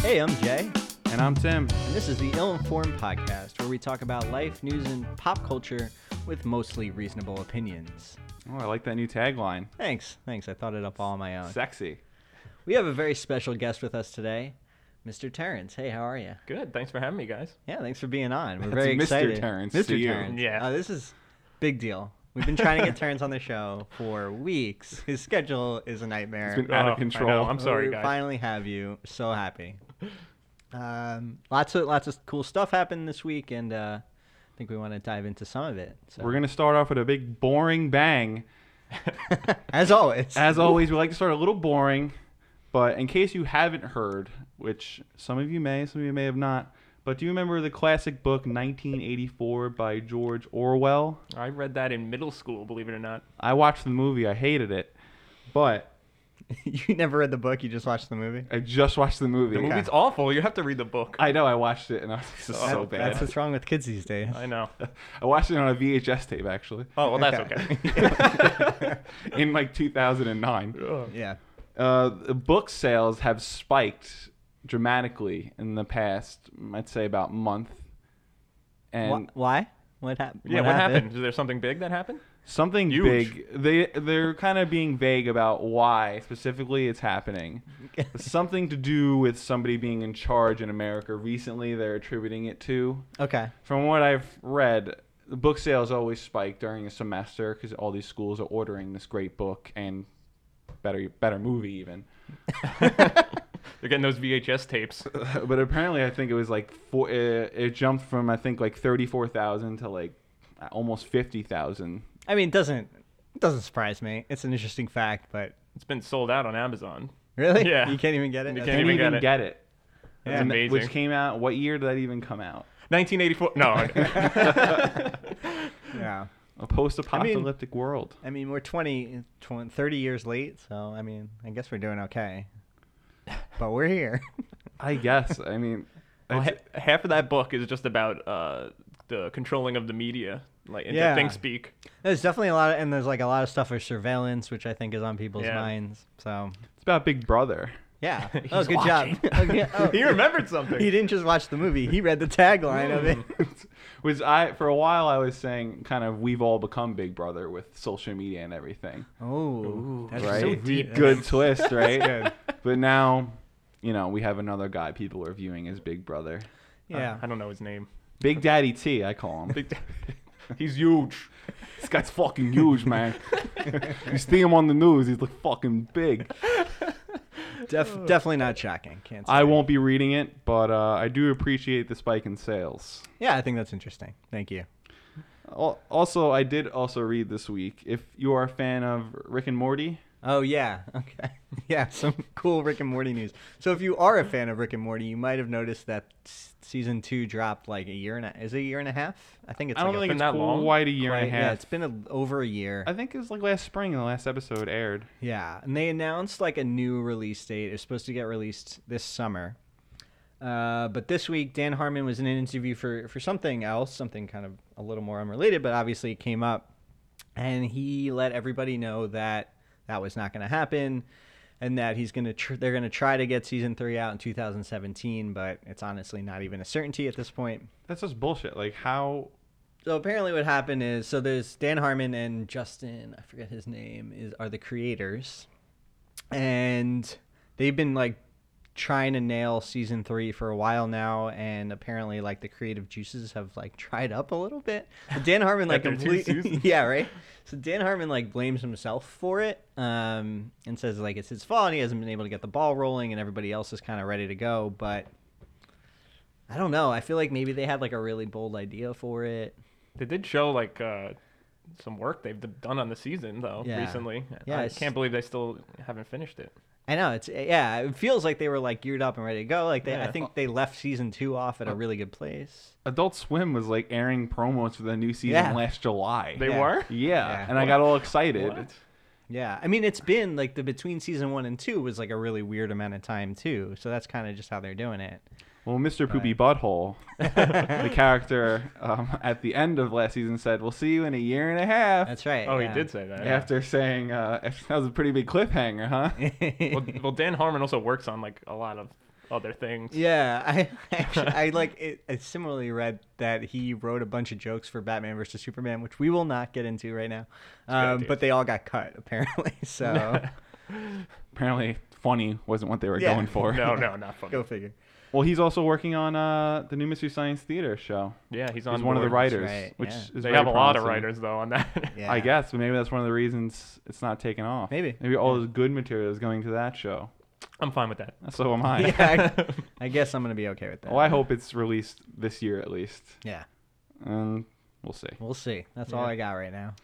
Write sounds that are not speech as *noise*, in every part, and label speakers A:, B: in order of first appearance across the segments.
A: Hey, I'm Jay,
B: And I'm Tim.
A: and this is the Ill Informed Podcast, where we talk about life, news, and pop culture with mostly reasonable opinions.
B: Oh, I like that new tagline.
A: Thanks, thanks. I thought it up all on my own.
B: Sexy.
A: We have a very special guest with us today, Mr. Terrence. Hey, how are you?
C: Good. Thanks for having me, guys.
A: Yeah, thanks for being on. We're
B: That's
A: very
B: Mr.
A: excited.
B: Terrence
A: Mr.
B: to you.
A: Terrence.
C: Yeah.
A: Uh, this is big deal. We've been trying to get Terrence on the show for weeks. His schedule is a nightmare.
B: It's been out
C: Oh,
B: of
C: I
B: control.
C: know, I'm
A: But
C: sorry,
A: we
C: guys.
A: Finally, have you? So happy. Um, lots of lots of cool stuff happened this week, and uh, I think we want to dive into some of it. So.
B: We're going to start off with a big boring bang.
A: as always.
B: As always, we like to start a little boring, but in case you haven't heard, which some of you may, some of you may have not, but do you remember the classic book 1984 by George Orwell?
C: I read that in middle school, believe it or not.
B: I watched the movie, I hated it, but
A: *laughs* you never read the book; you just watched the movie.
B: I just watched the movie.
C: The movie's awful. You have to read the book.
B: I know I watched it and I was like, this is so
A: Oh, That-
B: bad.
A: That's what's wrong with kids these
C: *laughs*
A: days.
C: I know.
B: I watched it on a VHS tape actually. *laughs*
C: Oh, well, that's
A: Okay.
C: *laughs* okay.
B: in like 2009.
C: Ugh.
A: Yeah.
B: Uh, the book sales have spiked dramatically in the past, I'd say about month.
A: Wh-
B: And
A: why? What, hap-
C: Yeah, what happened? Is there something big that happened?
B: something
C: Huge.
B: big. They they're kind of being vague about why specifically it's happening. something to do with somebody being in charge in America recently. They're attributing it to.
A: *laughs* Okay.
B: From what I've read, the book sales always spike during a semester because all these schools are ordering this great book and better better movie even.
C: They're getting those VHS tapes.
B: *laughs* but apparently, I think it was like four. It, it jumped from I think like thirty-four thousand to like almost fifty thousand.
A: I mean, it doesn't it doesn't surprise me. It's an interesting fact, but
C: It's been sold out on Amazon.
A: really,
C: Yeah.
A: you can't even get it.
C: You
A: That's-
C: can't
B: Didn't
C: even
B: even get
C: get it.
B: it.
C: That's
B: And th-
C: amazing.
B: Which came out? What year did that even come out?
C: 1984. *laughs* No.
A: Yeah.
B: A post-apocalyptic world.
A: I mean, we're 20, 20, 30 years late, so I mean, I guess we're doing okay. But we're here. *laughs*
B: I guess. I mean,
C: *laughs* Well,
B: it's-
C: ha- half of that book is just about uh, the controlling of the media, like into
A: Yeah.
C: think speak.
A: there's definitely a lot, of, and there's like a lot of stuff for surveillance, which I think is on people's
C: Yeah.
A: minds. So
B: it's about Big Brother.
A: yeah.
C: *laughs* He's
A: oh, good
C: watching.
A: *laughs* job. Oh,
C: *laughs*
A: yeah. Oh,
C: he remembered something.
A: he didn't just watch the movie; he read the tagline
C: *laughs*
A: of it.
B: Which I for a while I was saying kind of we've all become Big Brother with social media and everything.
A: Oh, that's
B: right?
A: so deep.
B: Good
C: *laughs*
B: twist, right?
A: good.
B: But now, you know, we have another guy people are viewing as Big Brother.
A: *laughs* Yeah.
C: Uh, *laughs* I don't know his name.
B: Big Daddy T, I call him.
C: Big Daddy. He's huge.
B: This guy's fucking huge, man. you see him on the news, he's like fucking big.
A: Def- definitely not shocking. Can't. Say.
B: I won't be reading it, but uh, I do appreciate the spike in sales.
A: Yeah, I think that's interesting. Thank you.
B: Al- Also, I did also read this week if you are a fan of Rick and Morty,
A: Oh yeah, *laughs* okay, yeah, some cool Rick and Morty news. So if you are a fan of Rick and Morty, you might have noticed that s- season two dropped like a year and a, is it a year and a half? I think it's.
B: I don't
A: like a
B: think
C: been
B: it's
C: that long?
B: quite a year and a
A: quite- Yeah,
B: half.
A: it's been a, over a year.
B: I think it was like last spring, the last episode aired.
A: yeah, and they announced like a new release date. It was supposed to get released this summer, uh, but this week Dan Harmon was in an interview for for something else, something kind of a little more unrelated, but obviously it came up, and he let everybody know that that was not going to happen, and that he's going to tr- they're going to try to get season three out in 2017, but it's honestly not even a certainty at this point.
B: That's just bullshit. Like, how
A: So apparently, what happened is so there's Dan Harmon and Justin, I forget his name, is are the creators, and they've been like trying to nail season three for a while now, and apparently, like the creative juices have like *laughs* dried up a little bit. But Dan Harmon like
C: After two
A: completely, *laughs* yeah, right. So Dan Harmon like blames himself for it, um, and says like it's his fault. And he hasn't been able to get the ball rolling, and everybody else is kind of ready to go, but. I don't know. I feel like maybe they had like a really bold idea for it.
C: They did show like uh, some work they've d- done on the season though
A: Yeah.
C: recently.
A: Yeah,
C: I
A: it's-
C: can't believe they still haven't finished it.
A: I know it's eh, yeah. It feels like they were like geared up and ready to go. Like they, I
C: Yeah.
A: think they left season two off at a really good place.
B: Adult Swim was like airing promos for the new season
A: Yeah.
B: last July.
C: They
A: Yeah.
C: were?
B: yeah,
A: Yeah.
B: and I got all excited.
C: What?
A: Yeah, I mean it's been like the between season one and two was like a really weird amount of time too. So that's kind of just how they're doing
C: *laughs*
A: it.
B: Well, Mr. Poopy Butthole, the character um, at the end of last season said, "We'll see you in a year and a half."
A: That's right.
C: Oh,
A: yeah.
C: he did say that.
B: After saying uh, that was a pretty big cliffhanger,
A: *laughs*
B: huh?
C: Well, well, Dan Harmon also works on like a lot of other things.
A: Yeah, I
C: *laughs*
A: actually, I like it, I similarly read that he wrote a bunch of jokes for Batman versus Superman, which we will not get into right now. Um,
C: idea.
A: but they all got cut apparently. *laughs* So
C: *laughs*
B: Apparently, funny wasn't what they were
A: Yeah.
B: going for.
C: No, no, not
A: *laughs*
C: funny.
A: go figure.
B: Well, he's also working on uh, the new Mystery Science Theater show.
C: Yeah, he's on
B: He's one of the
C: board.
B: writers,
A: right,
B: which
A: yeah.
B: is
C: They
B: very
C: have a lot of
B: promising.
C: writers though on that.
A: Yeah.
B: I guess, but maybe that's one of the reasons it's not taken off.
A: Maybe.
B: Maybe all the good material is going to that show.
C: *laughs* I'm fine with that.
B: So am
C: *laughs*
A: *laughs*
B: I.
A: Yeah, I, I guess I'm gonna be okay with that.
B: Well, I hope it's released this year at least.
A: Yeah,
B: Um, we'll see.
A: we'll see. That's all
C: Yeah.
A: I got right now.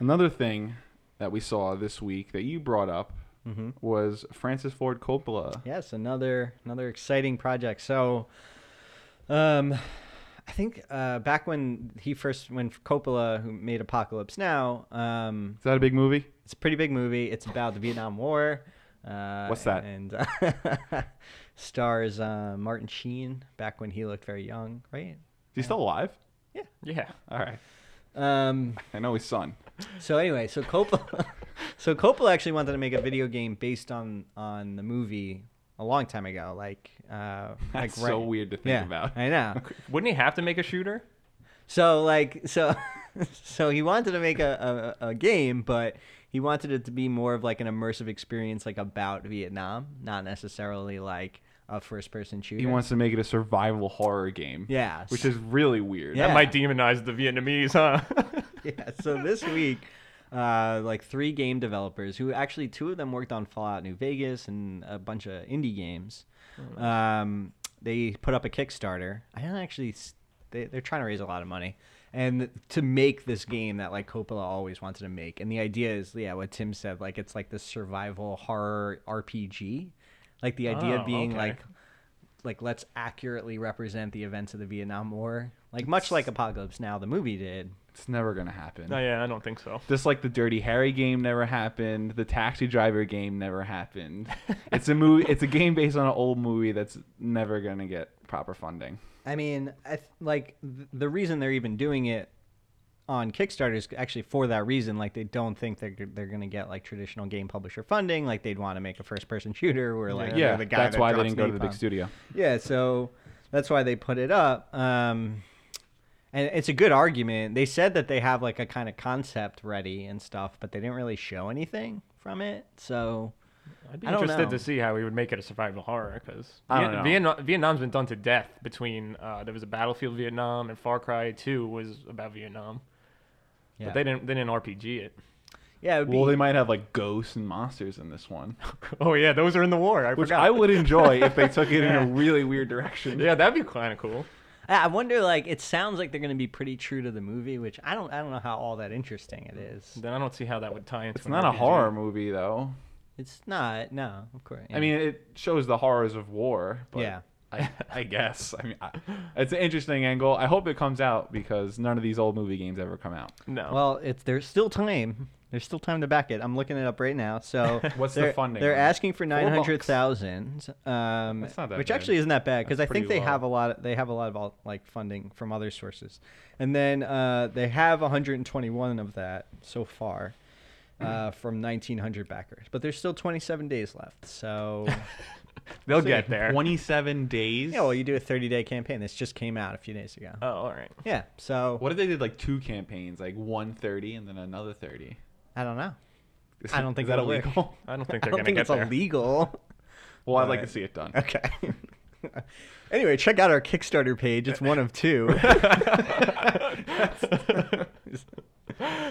B: Another thing that we saw this week that you brought up
A: Mm-hmm.
B: was Francis Ford Coppola.
A: Yes, another another exciting project. So, um, I think uh, back when he first when Coppola who made Apocalypse Now, um,
B: Is that a big movie?
A: It's a pretty big movie. It's about the Vietnam War. Uh,
B: What's that?
A: And *laughs* stars uh, Martin Sheen back when he looked very young, right?
B: Is he still alive?
C: Yeah.
B: All right.
A: Um,
B: I know his son.
A: so anyway, so Coppola, *laughs* so Coppola actually wanted to make a video game based on on the movie a long time ago, like uh, like
B: That's so
A: right-
B: weird to think
A: yeah,
B: about.
A: I know.
C: Wouldn't he have to make a shooter?
A: So like so *laughs* so he wanted to make a, a, a game, but he wanted it to be more of like an immersive experience like about Vietnam, not necessarily like a first person shooter.
B: He wants to make it a survival horror game.
A: Yeah.
B: Which is really weird.
A: Yeah.
C: That might demonize the Vietnamese, huh? *laughs*
A: *laughs* yeah. So this week, uh, like three game developers who actually two of them worked on Fallout New Vegas and a bunch of indie games.
C: Oh,
A: Um, they put up a Kickstarter. I don't actually. s- They, they're trying to raise a lot of money and to make this game that like Coppola always wanted to make. And the idea is, yeah, what Tim said, like it's like this survival horror RPG. Like the idea
C: Oh,
A: being
C: okay.
A: like like let's accurately represent the events of the Vietnam War. Like much like Apocalypse Now the movie did,
B: It's never going to happen.
C: no, yeah, I don't think so.
B: Just like the Dirty Harry game never happened, the Taxi Driver game never happened.
A: *laughs*
B: it's a movie. It's a game based on an old movie that's never gonna get proper funding.
A: I mean, I th- like th- the reason they're even doing it on Kickstarter is actually for that reason. Like they don't think they're they're gonna get like traditional game publisher funding. Like they'd want to make a first person *laughs* shooter where like
B: yeah,
A: they're the guy
B: that's
A: that
B: why they
A: drops
B: didn't go to the
A: napalm.
B: big studio.
A: Yeah, so that's why they put it up. Um, and it's a good argument. They said that they have like a kind of concept ready and stuff, but they didn't really show anything from it. So
C: I'd be
A: I don't
C: interested
A: know.
C: to see how he would make it a survival horror because
B: I don't know.
C: Vietnam, Vietnam's been done to death. Between uh, there was a Battlefield Vietnam and Far Cry Two was about Vietnam,
A: yeah,
C: but they didn't they didn't RPG it. *laughs*
A: yeah, it would
B: Well,
A: be,
B: they might have like ghosts and monsters in this one,
C: Oh yeah, those are in the war. I
B: which
C: forgot.
B: I would enjoy if they took it
A: *laughs*
B: in a really weird direction.
C: yeah, that'd be kind of cool.
A: I I wonder. Like, it sounds like they're going to be pretty true to the movie, which I don't. I don't know how all that interesting it is.
C: Then I don't see how that would tie into.
B: It's
C: an
B: not a
C: RPG.
B: horror movie though.
A: It's not. No, of course. yeah.
B: I mean, it shows the horrors of war. But
A: Yeah.
B: I,
A: *laughs*
B: I guess. I mean, I, it's an interesting angle. I hope it comes out because none of these old movie games ever come out.
C: No.
A: well, it's there's still time. There's still time to back it. I'm looking it up right now. So
B: *laughs* What's the
A: they're,
B: funding
A: They're
B: on it?
A: asking for
B: Four bucks.
A: nine hundred thousand, um,
B: That's not that
A: which
B: bad.
A: actually isn't that bad because I
B: That's
A: think they
B: pretty
A: have a
B: low.
A: lot. Of, they have a lot of all, like funding from other sources, and then uh, they have 121 of that so far. Uh, from 1900 backers, but there's still 27 days left.
B: *laughs*
A: So,
C: They'll
B: So
C: get there.
B: 27 days.
A: yeah, well, you do a 30 day campaign. This just came out a few days ago.
C: Oh, all right.
A: Yeah, so
B: What if they did like two campaigns, like one thirty and then another thirty?
A: I don't know. I don't think
B: is that
A: that'll work.
B: illegal.
A: *laughs*
C: I don't think
A: I
C: they're
A: don't
C: gonna
A: think
C: get
A: it's *laughs*
C: there. Oh.
A: illegal.
B: Well, I'd like
A: Alright.
B: to see it done.
A: Okay. *laughs* anyway, check out our Kickstarter page. It's one of
C: *laughs*
A: two. *laughs*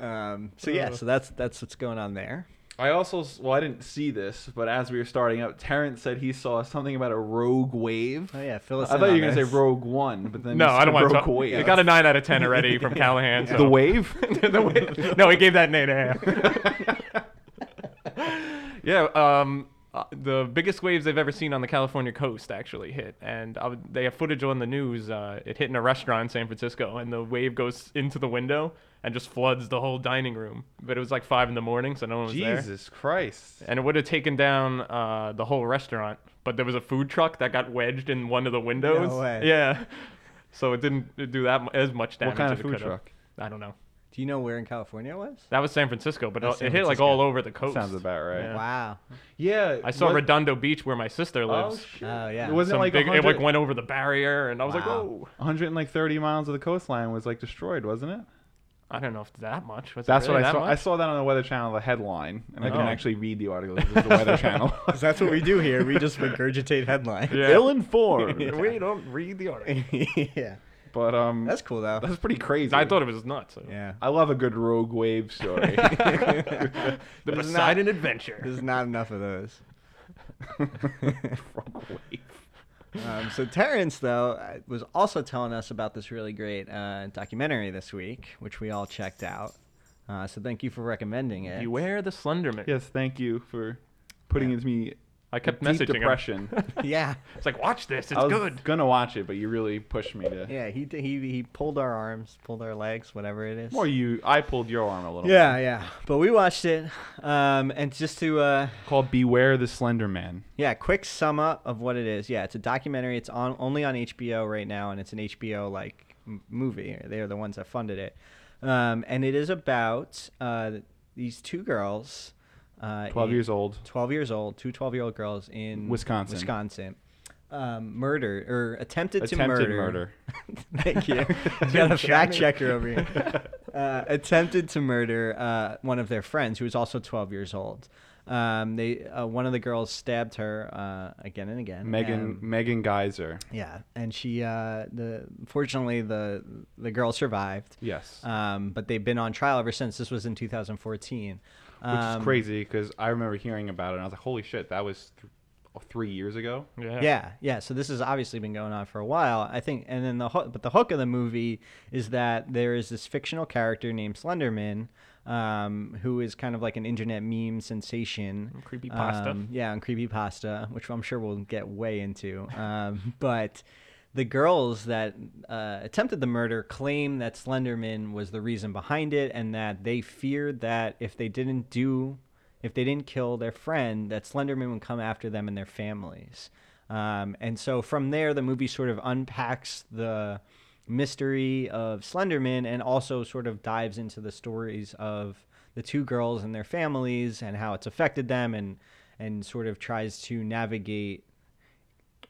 A: um, so yeah,
C: Uh.
A: so that's that's what's going on there.
B: I also s- well, I didn't see this, but as we were starting up, Terrence said he saw something about a rogue wave.
A: Oh yeah, Phyllis.
B: I thought you were gonna say Rogue One, but then
C: *laughs* No,
B: you
C: I
B: said
C: don't want to
B: rogue
C: talk.
B: wave.
C: It got a nine out of ten already from Callahan.
B: the
C: *laughs* so-
B: wave.
C: the way, no, he gave *laughs* that an eight and a half. *laughs* yeah, um, uh, the biggest waves they've ever seen on the California coast actually hit, and I would, they have footage on the news. Uh, it hit in a restaurant in San Francisco, and the wave goes into the window and just floods the whole dining room. But it was like five in the morning, so no one was there.
B: Jesus Christ!
C: And it would have taken down uh, the whole restaurant, but there was a food truck that got wedged in one of the windows.
A: way.
C: Yeah, so it didn't do that mu- as much damage.
B: What kind
C: as
B: of
C: it
B: food
C: could've.
B: truck?
C: I don't know.
A: Do you know where in California it was?
C: That was San Francisco, but
A: That's
C: it
A: San
C: hit like
A: Francisco.
C: all over the coast.
B: Sounds about right.
C: Yeah. *laughs*
A: Wow.
B: Yeah,
C: I saw
B: what-
C: Redondo Beach where my sister
B: Oh,
C: lives.
B: shit.
A: Oh, yeah.
B: It wasn't
C: Some
B: like
C: big, it
B: 100,
C: like went over the barrier, and I was like,
A: Wow.
C: whoa.
B: 130 miles of the coastline was like destroyed, wasn't it?
C: I don't know if that much. Was
B: That's
C: it really
B: what I
C: that
B: saw. I
C: Much?
B: saw that on the Weather Channel, the headline, and I couldn't
C: Oh.
B: actually read the article. 'cause It was the
C: *laughs*
B: Weather Channel.
A: Because that's what we do here. We just regurgitate headlines. *laughs*
B: Ill *laughs*
C: *laughs*
B: informed.
C: we don't read the article.
A: yeah.
B: but um,
A: That's cool, though.
B: that's pretty crazy.
C: *laughs* I thought it was nuts. so. *laughs*
A: yeah. *laughs*
B: I love a good rogue wave story. *laughs*
A: There's
C: The
A: There's not-
C: Poseidon Adventure.
A: *laughs* not enough of those.
B: rogue wave.
A: Um, so Terrence, though, uh, was also telling us about this really great uh, documentary this week, which we all checked out. Uh, so thank you for recommending it.
C: Beware the Slenderman.
B: Yes, thank you for putting into me.
C: I kept
B: a deep
C: messaging him.
B: depression.
A: *laughs* yeah,
C: It's like, watch this.
B: I
C: *laughs* It's
B: was
C: good.
B: gonna watch it, but you really pushed me to.
A: yeah. He, d- he he pulled our arms, pulled our legs, whatever it is.
B: More you, I pulled your arm a little.
A: yeah, yeah. But we watched it, um, and just to uh,
B: bit. Called Beware the Slender Man.
A: Yeah, quick sum up of what it is. Yeah, it's a documentary. It's on only on HBO right now, and it's an HBO like m- movie. They're the ones that funded it, um, and it is about uh, these two girls, uh,
B: Twelve
A: in-
B: years old.
A: twelve years old, two 12 year old girls in
B: Wisconsin.
A: Wisconsin, um, murdered or attempted, to
B: Attempted
A: murder.
B: murder.
A: *laughs* Thank
B: *laughs*
A: you. you got a fact checker over here. Uh, attempted to murder uh, one of their friends who was also 12 years old. Um, they uh, one of the girls stabbed her uh, again and again.
B: Megan
A: and-
B: Megan Geyser.
A: yeah, and she uh, the fortunately the the girl survived.
B: Yes.
A: Um, but they've been on trial ever since. This was in 2014.
B: Which
A: Um,
B: is crazy because I remember hearing about it and I was like, holy shit, that was th- three years ago.
C: Yeah.
A: Yeah, yeah. So this has obviously been going on for a while. I think, and then the hook, but the hook of the movie is that there is this fictional character named Slenderman, um, who is kind of like an internet meme sensation,
C: Creepypasta.
A: Um, yeah, and creepypasta, which I'm sure we'll get way into. Um, *laughs* but the girls that uh, attempted the murder claim that Slenderman was the reason behind it, and that they feared that if they didn't do if they didn't kill their friend, that Slenderman would come after them and their families. Um, and so from there, the movie sort of unpacks the mystery of Slenderman and also sort of dives into the stories of the two girls and their families and how it's affected them and and sort of tries to navigate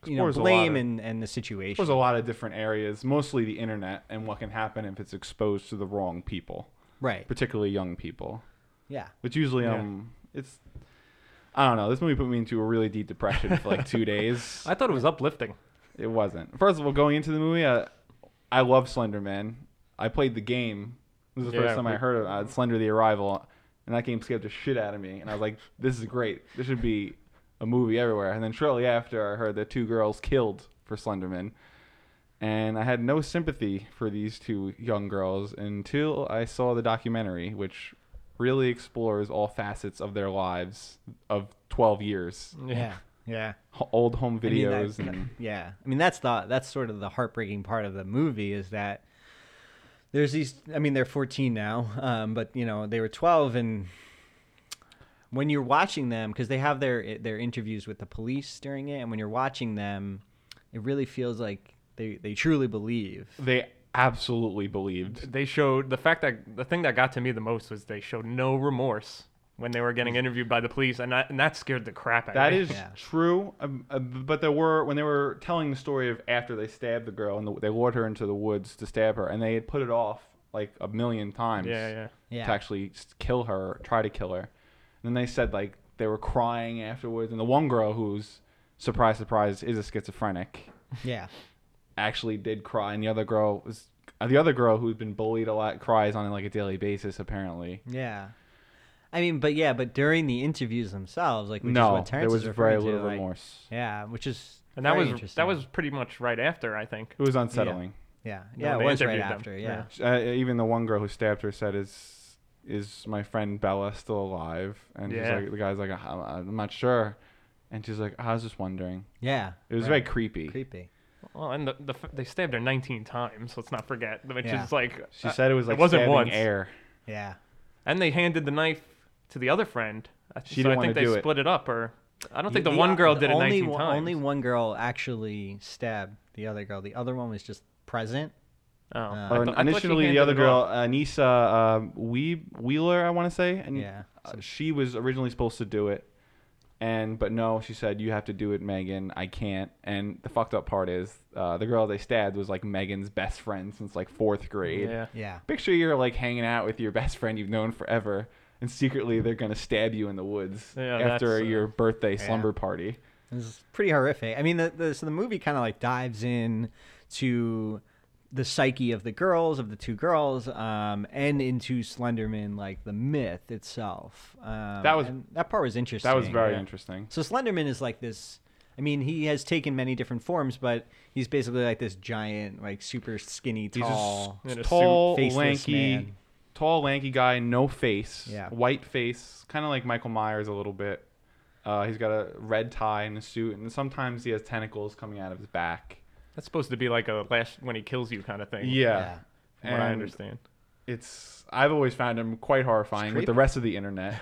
A: you know
B: Explores a lot
A: blame
B: of-
A: and, and the situation.
B: There's a lot of different areas, mostly the internet, and what can happen if it's exposed to the wrong people,
A: Right.
B: particularly young people.
A: Yeah.
B: Which usually,
C: Yeah.
B: um, it's. I don't know. This movie put me into a really deep depression for like two *laughs* days.
C: I thought it was uplifting.
B: It wasn't. First of all, going into the movie, uh, I love Slender Man. I played the game. This is the
C: Yeah,
B: first time I
C: we-
B: heard of uh, Slender the Arrival, and that game scared the shit out of me. And I was like, this is great. This should be a movie everywhere. And then shortly after, I heard that two girls killed for Slenderman. And I had no sympathy for these two young girls until I saw the documentary, which really explores all facets of their lives of 12 years.
A: Yeah. Yeah.
B: Ho- old home
A: I mean, that-
B: videos.
A: that-
B: and
A: yeah, I mean that's the that's sort of the heartbreaking part of the movie is that there's these. I mean, they're 14 now, um, but you know they were 12, and when you're watching them, because they have their their interviews with the police during it, and when you're watching them, it really feels like they they truly
B: *laughs*
A: believe.
B: They absolutely believed.
C: They showed the fact that the thing that got to me the most was they showed no remorse when they were getting interviewed by the police, and that, and that scared the crap out
B: That
C: of me.
B: is
A: Yeah.
B: true, um, uh, but there were when they were telling the story of after they stabbed the girl and the, they lured her into the woods to stab her, and they had put it off like a million times
C: Yeah, yeah.
A: Yeah.
B: to actually s- kill her, try to kill her. And then they said like they were crying afterwards, and the one girl who's surprise, surprise, is a schizophrenic
A: Yeah,
B: actually did cry, and the other girl was uh, the other girl who's been bullied a lot cries on like a daily basis apparently.
A: yeah. I mean, but yeah, but during the interviews themselves, like which is
B: no,
A: what Terrence
B: there was
A: is
B: very
A: referring to,
B: little
A: like-
B: remorse.
A: Yeah, which is
C: And that
A: very
C: was
A: interesting.
C: that was pretty much right after I think.
B: It was unsettling.
A: yeah
C: No,
A: yeah it
C: they
A: was right
C: interviewed them.
A: after
C: Yeah.
A: yeah.
B: uh, even the one girl who stabbed her said, "Is is my friend Bella still alive?" And she's
C: Yeah.
B: like, the guy's like, "I'm, I'm not sure," and she's like, "I was just wondering."
A: Yeah.
B: It was very
A: right.
B: creepy.
A: creepy.
C: Well, and the, the f- they stabbed her 19 times. Let's not forget, which
A: Yeah.
C: is like
B: She
C: uh,
B: said it was like
C: wasn't
B: stabbing
C: once.
B: air.
A: Yeah.
C: And they handed the knife to the other friend. I-
B: She
C: so
B: didn't
C: I
B: wanna
C: think they
B: do it.
C: split it up, or I don't think the, one girl
A: the
C: did it
A: only
C: 19
A: one-
C: times.
A: Only one girl actually stabbed the other girl. The other one was just present
C: Oh, I
B: Uh, Or
C: thought- I thought she
B: initially, the
C: handed
B: other
C: it
B: girl,
C: off.
B: Anissa um, Wee- Wheeler, I want to say, and
A: Yeah.
B: uh, she was originally supposed to do it, and but no, she said you have to do it, Megan. I can't. And the fucked up part is, uh, the girl they stabbed was like Megan's best friend since like fourth grade.
C: Yeah.
A: Yeah.
B: Picture you're like hanging out with your best friend you've known forever, and secretly they're gonna stab you in the woods
C: Yeah,
B: after
C: that's, uh,
B: your birthday slumber party.
A: This is pretty horrific. I mean, the, the so the movie kind of like dives in to the psyche of the girls, of the two girls, um, and into Slenderman, like the myth itself. Um,
B: That was-
A: and that part was interesting.
B: That was very
C: yeah.
B: interesting.
A: So Slenderman is like this. I mean, he has taken many different forms, but he's basically like this giant, like super skinny,
B: He's
A: tall.
B: a
C: In a
B: s- tall,
A: suit, faceless
B: lanky,
A: man.
B: tall, lanky guy, no face,
A: Yeah.
B: white face, kind of like Michael Myers a little bit. Uh, he's got a red tie and a suit, and sometimes he has tentacles coming out of his back.
C: That's supposed to be like a last when he kills you kind of thing.
B: Yeah,
C: From what I
B: And
C: understand.
B: It's I've always found him quite horrifying with the
A: creepy.
B: rest of the internet.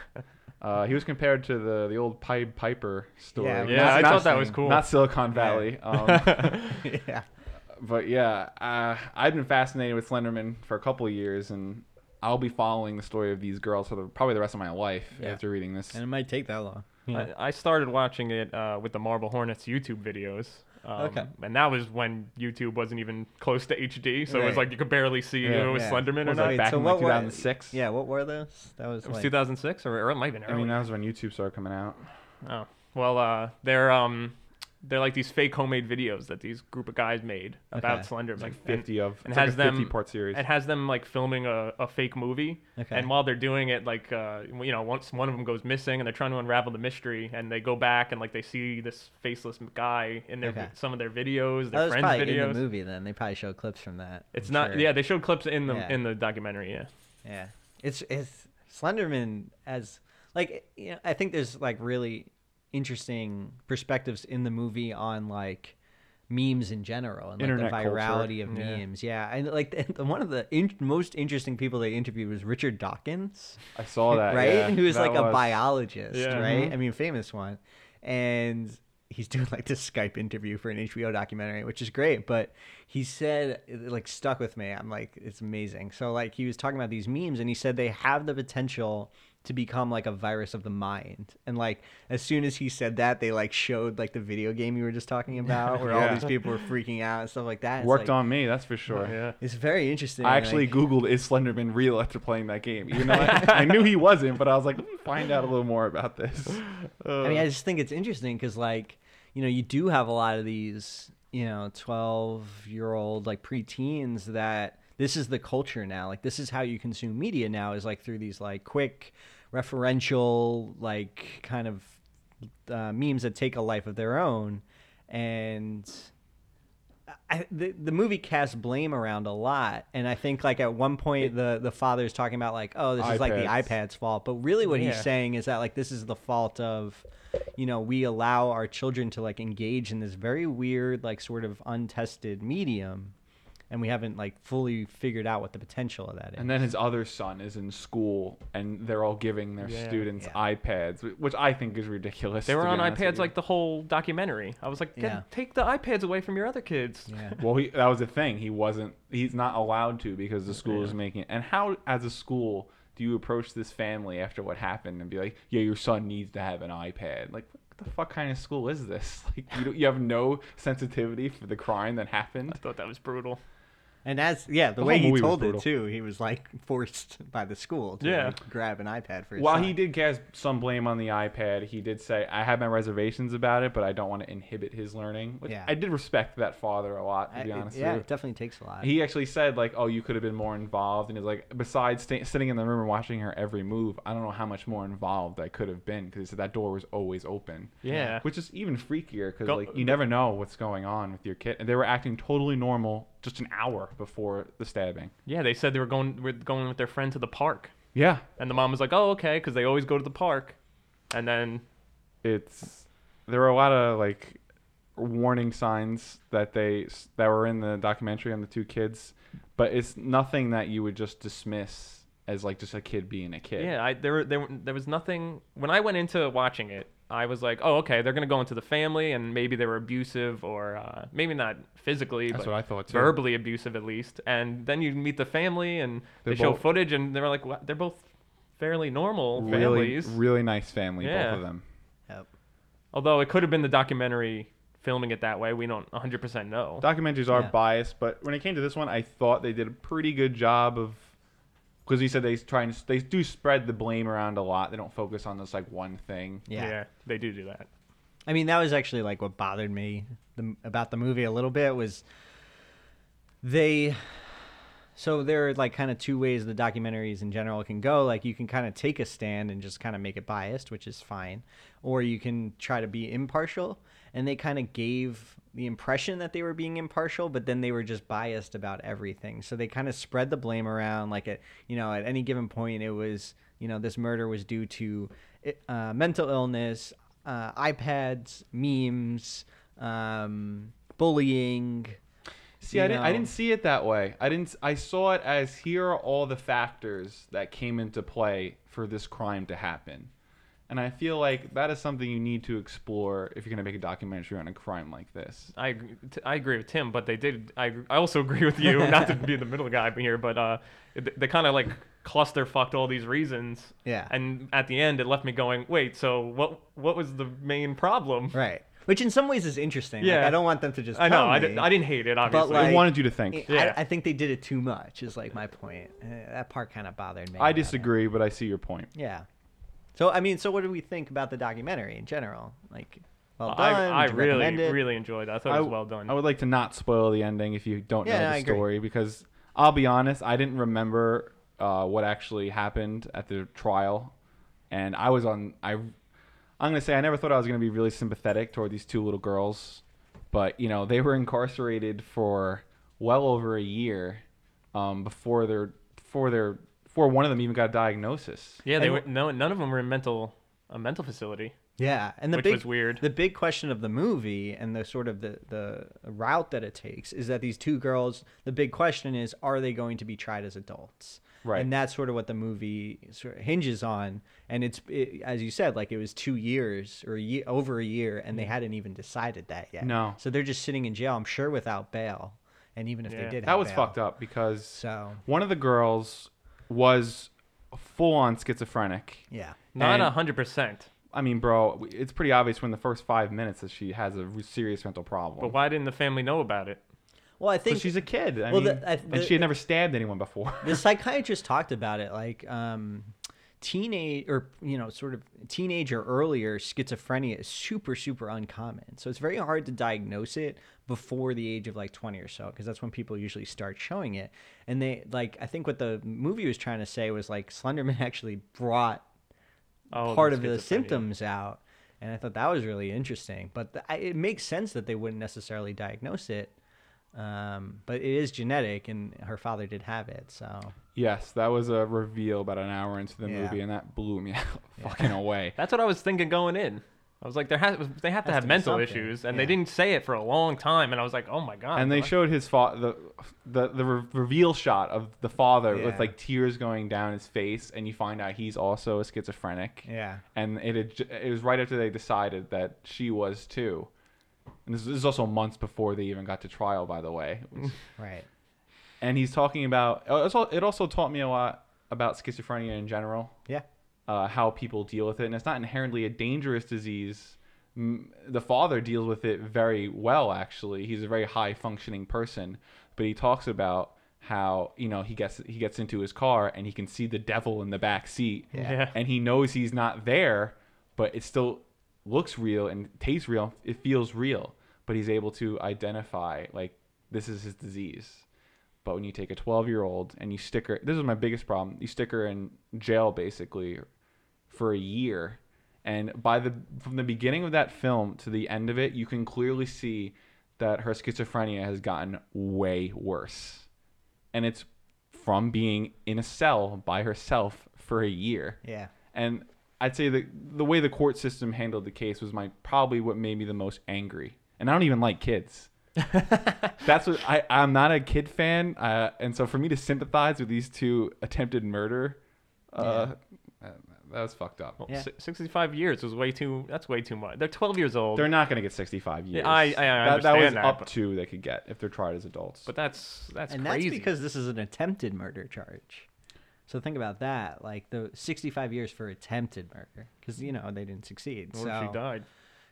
B: Uh, he was compared to the the old Pied Piper story.
A: Yeah,
C: Yeah, I thought that was cool.
B: Not Silicon
C: *laughs*
B: Valley. Um,
A: *laughs* yeah.
B: but yeah, uh, I've been fascinated with Slenderman for a couple of years, and I'll be following the story of these girls for the, probably the rest of my life
A: Yeah.
B: after reading this.
A: And it might take that long.
B: Hmm.
C: I, I started watching it uh, with the Marble Hornets YouTube videos. Um,
A: Okay.
C: And that was when YouTube wasn't even close to HD, so it was
A: Right.
C: like you could barely see
B: Yeah.
C: if it was
A: Yeah.
C: Slenderman or
B: Was
C: not.
B: that
A: Wait,
B: back
A: so
B: in like
A: what were-
B: 2006?
A: Yeah, what were those? That was
C: It was
A: like
C: 2006, or, or it might have been
B: I
C: early.
B: mean that was when YouTube started coming out.
C: Oh well, uh, they're um, they're like these fake homemade videos that these group of guys made about
A: Okay.
C: Slenderman.
B: Like
C: And-
B: 50 of
C: and
B: it's like
C: has
B: a 50
C: them-
B: part series.
C: It has them like filming a, a fake movie,
A: Okay.
C: and while they're doing it, like uh, you know, once one of them goes missing, and they're trying to unravel the mystery, and they go back and like they see this faceless guy in their
A: Okay.
C: some of their videos,
A: that
C: their
A: was
C: friends'
A: probably in
C: videos.
A: the movie. Then they probably show clips from that.
C: It's
A: I'm
C: not,
A: sure.
C: yeah. They showed clips in the
A: Yeah.
C: in the documentary, yeah.
A: Yeah, it's it's Slenderman as like you know, I think there's like really interesting perspectives in the movie on like memes in general and like
B: Internet
A: the
B: culture.
A: virality of
C: Yeah.
A: memes. Yeah, and like *laughs* the, the- one of the in- most interesting people they interviewed was Richard Dawkins, *laughs*
B: I saw
C: *laughs*
B: that.
A: right?
B: yeah,
A: Who was
B: that
A: like a
B: was- Mm-hmm.
A: biologist,
C: Yeah.
A: right? I mean, famous one, and. He's doing like this Skype interview for an HBO documentary, which is great. But he said, it, like, stuck with me. I'm like, it's amazing. So, like, he was talking about these memes, and he said they have the potential to become like a virus of the mind. And like, as soon as he said that, they like showed like the video game you were just talking about, where all
B: *laughs* Yeah.
A: these people were freaking out and stuff like that. It's,
B: Worked
A: like-
B: on me, that's for sure.
C: Yeah.
A: It's very interesting.
B: I actually
A: like-
B: Googled is Slenderman real after playing that game. Even though I, I knew *laughs* he wasn't, but I was like, let me find out a little more about this.
A: I mean, I just think it's interesting because, like, you know, you do have a lot of these, you know, 12 year old, like preteens that this is the culture now. Like, this is how you consume media now is like through these, like, quick, referential, like, kind of uh, memes that take a life of their own. And. I, the, the movie casts blame around a lot, and I think like at one point the the father is talking about like oh this is like the
B: iPads.
A: iPad's fault, but really what he's
C: Yeah.
A: saying saying is that like this is the fault of you know we allow our children to like engage in this very weird like sort of untested medium and we haven't like fully figured out what the potential of that is
B: And then his other son is in school, and they're all giving their
C: Yeah.
B: students
A: Yeah.
B: iPads, wh- which I think is ridiculous.
C: They
B: to
C: were
B: be
C: on
B: honest with
C: iPads
B: you.
C: like the whole documentary. I was like, "Get-
A: Yeah.
C: take the iPads away from your other kids.
A: yeah
B: Well, he, that was the thing. He wasn't. He's not allowed to because the school is
C: Yeah.
B: making it. And how, as a school, do you approach this family after what happened and be like, "Yeah, your son needs to have an iPad"? Like, what the fuck kind of school is this? *laughs* Like, you, don't, you have no sensitivity for the crime that happened.
C: I thought that was brutal.
A: and that's yeah the,
B: The
A: way
B: whole
A: he
B: movie was
A: told it
B: brutal.
A: too he was like forced by the school to
C: Yeah.
A: like, grab an ipad for his
B: While
A: son.
B: he did cast some blame on the iPad, he did say, "I have my reservations about it, but I don't want to inhibit his learning." Which
A: Yeah.
B: I did respect that father a lot, to
A: I-
B: be
A: it-
B: honest.
A: yeah
B: with
A: it definitely takes a lot
B: you. He actually said, like, "Oh, you could have been more involved," and he's like, "Besides sta sitting in the room and watching her every move, I don't know how much more involved I could have been because he said that door was always open."
C: Yeah.
B: which is even freakier because
C: Go-
B: like you never know what's going on with your kid, and they were acting totally normal just an hour before the stabbing.
C: Yeah, they said they were going were going with their friend to the park.
B: Yeah,
C: And the mom was like, "Oh, okay," because they always go to the park. And then
B: it's there were a lot of like warning signs that they that were in the documentary on the two kids, but it's nothing that you would just dismiss as like just a kid being a kid.
C: yeah, I, there were- there were- there was nothing when I went into watching it. I was like, oh, okay, they're gonna go into the family, and maybe they were abusive, or uh, maybe not physically,
D: That's
C: but
D: what I thought, too.
C: verbally abusive at least. And then you meet the family, and
B: They're
C: they show
B: both-
C: footage, and they're like, what? they're both fairly normal
B: Really,
C: families.
B: really nice family,
C: Yeah.
B: both of them.
A: Yep.
C: Although it could have been the documentary filming it that way. We don't 100% know.
B: Documentaries are
A: Yeah.
B: biased, but when it came to this one, I thought they did a pretty good job of because you said they try and they do spread the blame around a lot. They don't focus on this like one thing.
A: Yeah.
C: they do do that.
A: I mean, that was actually like what bothered me the, about the movie a little bit was they. So there are like kind of two ways the documentaries in general can go. Like you can kind of take a stand and just kind of make it biased, which is fine, or you can try to be impartial. And they kind of gave the impression that they were being impartial, but then they were just biased about everything. So they kind of spread the blame around. Like at you know at any given point, it was you know this murder was due to uh, mental illness, uh, iPads, memes, um, bullying.
B: See,
A: you
B: I didn't, I
A: know.
B: didn't see it that way. I didn't. I saw it as here are all the factors that came into play for this crime to happen, and I feel like that is something you need to explore if you're going to make a documentary on a crime like this.
C: I, ag- t- I agree with Tim, but they did. I, ag- I also *laughs* agree with you, not to be the middle guy here, but uh, it- they kind of like cluster fucked all these reasons.
A: Yeah.
C: And at the end, it left me going, wait, so what What was the main problem?
A: Right. Which in some ways is interesting. Like,
C: Yeah.
A: I don't want them to just.
C: *laughs* I know.
A: tell
C: I,
A: me.
C: did, I didn't hate it, obviously.
B: I
A: like-
B: wanted you to think.
A: I-
C: Yeah.
A: I, think they did it too much. Is like my point. Uh, that part kind of bothered me.
B: I
A: about it.
B: disagree, but I see your point.
A: Yeah. So I mean, so what do we think about the documentary in general? Like, well done.
C: I, I
A: would you recommend
C: really,
A: it?
C: really enjoyed it. I thought it was well done.
B: I would like to not spoil the ending if you don't
A: Yeah,
B: know
A: no,
B: the
A: I agree.
B: story, because I'll be honest, I didn't remember uh, what actually happened at the trial, and I was on. I, I'm gonna say I never thought I was gonna be really sympathetic toward these two little girls, but you know they were incarcerated for well over a year um, before their before their before one of them even got a diagnosis.
C: yeah, they
A: and-
C: were, no, none of them were in mental a mental facility.
A: Yeah, and the
C: Which
A: big
C: was weird.
A: The big question of the movie and the sort of the the route that it takes is that these two girls. The big question is, are they going to be tried as adults?
B: Right.
A: And that's sort of what the movie sort of hinges on. And it's it, as you said, like it was two years or a year, over a year, and they hadn't even decided that yet.
B: Mm. No.
A: So they're just sitting in jail. I'm sure without bail. And even if
C: Yeah.
A: they did,
B: That
A: have
B: was
A: bail.
B: fucked up because
A: So
B: one of the girls was full on schizophrenic.
A: yeah,
C: Not
B: And-
C: a 100%.
B: I mean, bro, it's pretty obvious when the first five minutes that she has a serious mental problem.
C: But why didn't the family know about it?
A: well, I
B: But
A: think
B: she's a kid. I
A: Well,
B: mean,
A: the- I- the-
B: and she had never stabbed anyone before. *laughs*
A: the psychiatrist talked about it like um teenage or you know sort of teenage or earlier schizophrenia is super super uncommon so it's very hard to diagnose it before the age of like 20 or so because that's when people usually start showing it and they like i think what the movie was trying to say was like slenderman *laughs* actually brought
C: Oh,
A: part of the
C: schizophrenia.
A: symptoms out and i thought that was really interesting but th- I, it makes sense that they wouldn't necessarily diagnose it um, but it is genetic and her father did have it so
B: yes, that was a reveal about an hour into the
A: Yeah.
B: movie, and that blew me *laughs* out
A: *laughs*
B: fucking away.
C: That's what I was thinking going in. I was like, there has, they have to
A: Has
C: have
A: to be
C: mental
A: something.
C: issues, and
A: Yeah.
C: they didn't say it for a long time. And I was like, oh my god.
B: And they
C: what?
B: showed his fa- the the the re- reveal shot of the father
A: Yeah.
B: with like tears going down his face, and you find out he's also a schizophrenic.
A: Yeah.
B: and it had, ju- it was right after they decided that she was too. And this, this is also months before they even got to trial, by the way.
A: *laughs* Right.
B: and he's talking about oh, it's al- it also taught me a lot about schizophrenia in general
A: Yeah.
B: uh, how people deal with it and it's not inherently a dangerous disease M- the father deals with it very well actually he's a very high functioning person but he talks about how you know he gets he gets into his car and he can see the devil in the back seat
C: Yeah.
B: and he knows he's not there but it still looks real and tastes real it feels real but he's able to identify like this is his disease but when you take a 12 year old and you stick her, this is my biggest problem. You stick her in jail basically for a year, and by the from the beginning of that film to the end of it, you can clearly see that her schizophrenia has gotten way worse, and it's from being in a cell by herself for a year.
A: Yeah.
B: And I'd say the the way the court system handled the case was my probably what made me the most angry. And I don't even like kids. That's what I I'm not a kid fan. Uh, and so for me to sympathize with these two attempted murder, uh, uh, that was fucked up.
C: Well,
A: Yeah.
C: "Oh, si- 65 years was way too. That's way too much. They're 12 years old.
B: They're not going to get 65 years.
C: Yeah, I- I
B: that, that was
C: understand that,
B: up
C: but-
B: to they could get if they're tried as adults.
C: but that's that's
A: and
C: crazy.
A: that's because this is an attempted murder charge. So think about that, like the 65 years for attempted murder, because you know they didn't succeed.
C: Or
A: so
C: she died.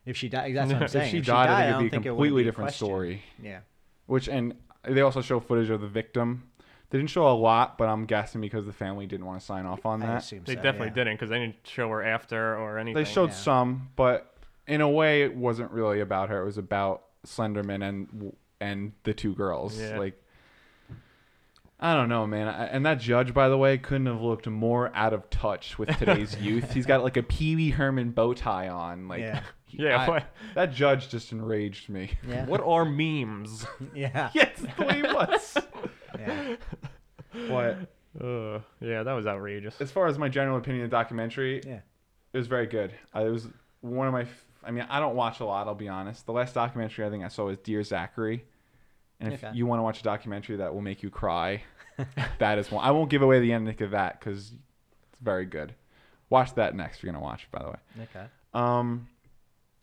A: If she died, that's what I'm
C: If
A: saying.
B: she died, I think
A: don't
B: it'd be a
A: it would
B: completely
A: be
B: different
A: questioned.
B: story.
A: Yeah,
B: Which and they also show footage of the victim. They didn't show a lot, but I'm guessing because the family didn't want to sign off on
A: I
B: that.
A: assume
C: They
A: so,
C: definitely
A: yeah.
C: didn't because they didn't show her after or anything.
B: They showed
A: Yeah.
B: some, but in a way, it wasn't really about her. It was about Slenderman and and the two girls.
C: Yeah.
B: Like, I don't know, man. I, and that judge, by the way, couldn't have looked more out of touch
C: *laughs*
B: with today's youth. He's got like a Pee Wee Herman bow tie on. Like,
A: Yeah.
B: he-
C: Yeah,
B: I-
C: what-
B: that judge just enraged me.
C: *laughs*
A: Yeah.
C: What are memes? *laughs*
A: Yeah.
B: *laughs* yes, the way he *laughs* was.
A: yeah.
B: but
C: uh, yeah, that was outrageous.
B: as far as my general opinion of the documentary,
A: Yeah.
B: It was very good. Uh, it was one of my. f- I mean, I don't watch a lot. I'll be honest. The last documentary I think I saw was Dear Zachary, and if
A: Okay.
B: you want to watch a documentary that will make
A: *laughs*
B: you cry, that is one. I won't give away the ending of that because it's very good. Watch that next. If you're gonna watch it, by the way.
A: Okay.
B: Um,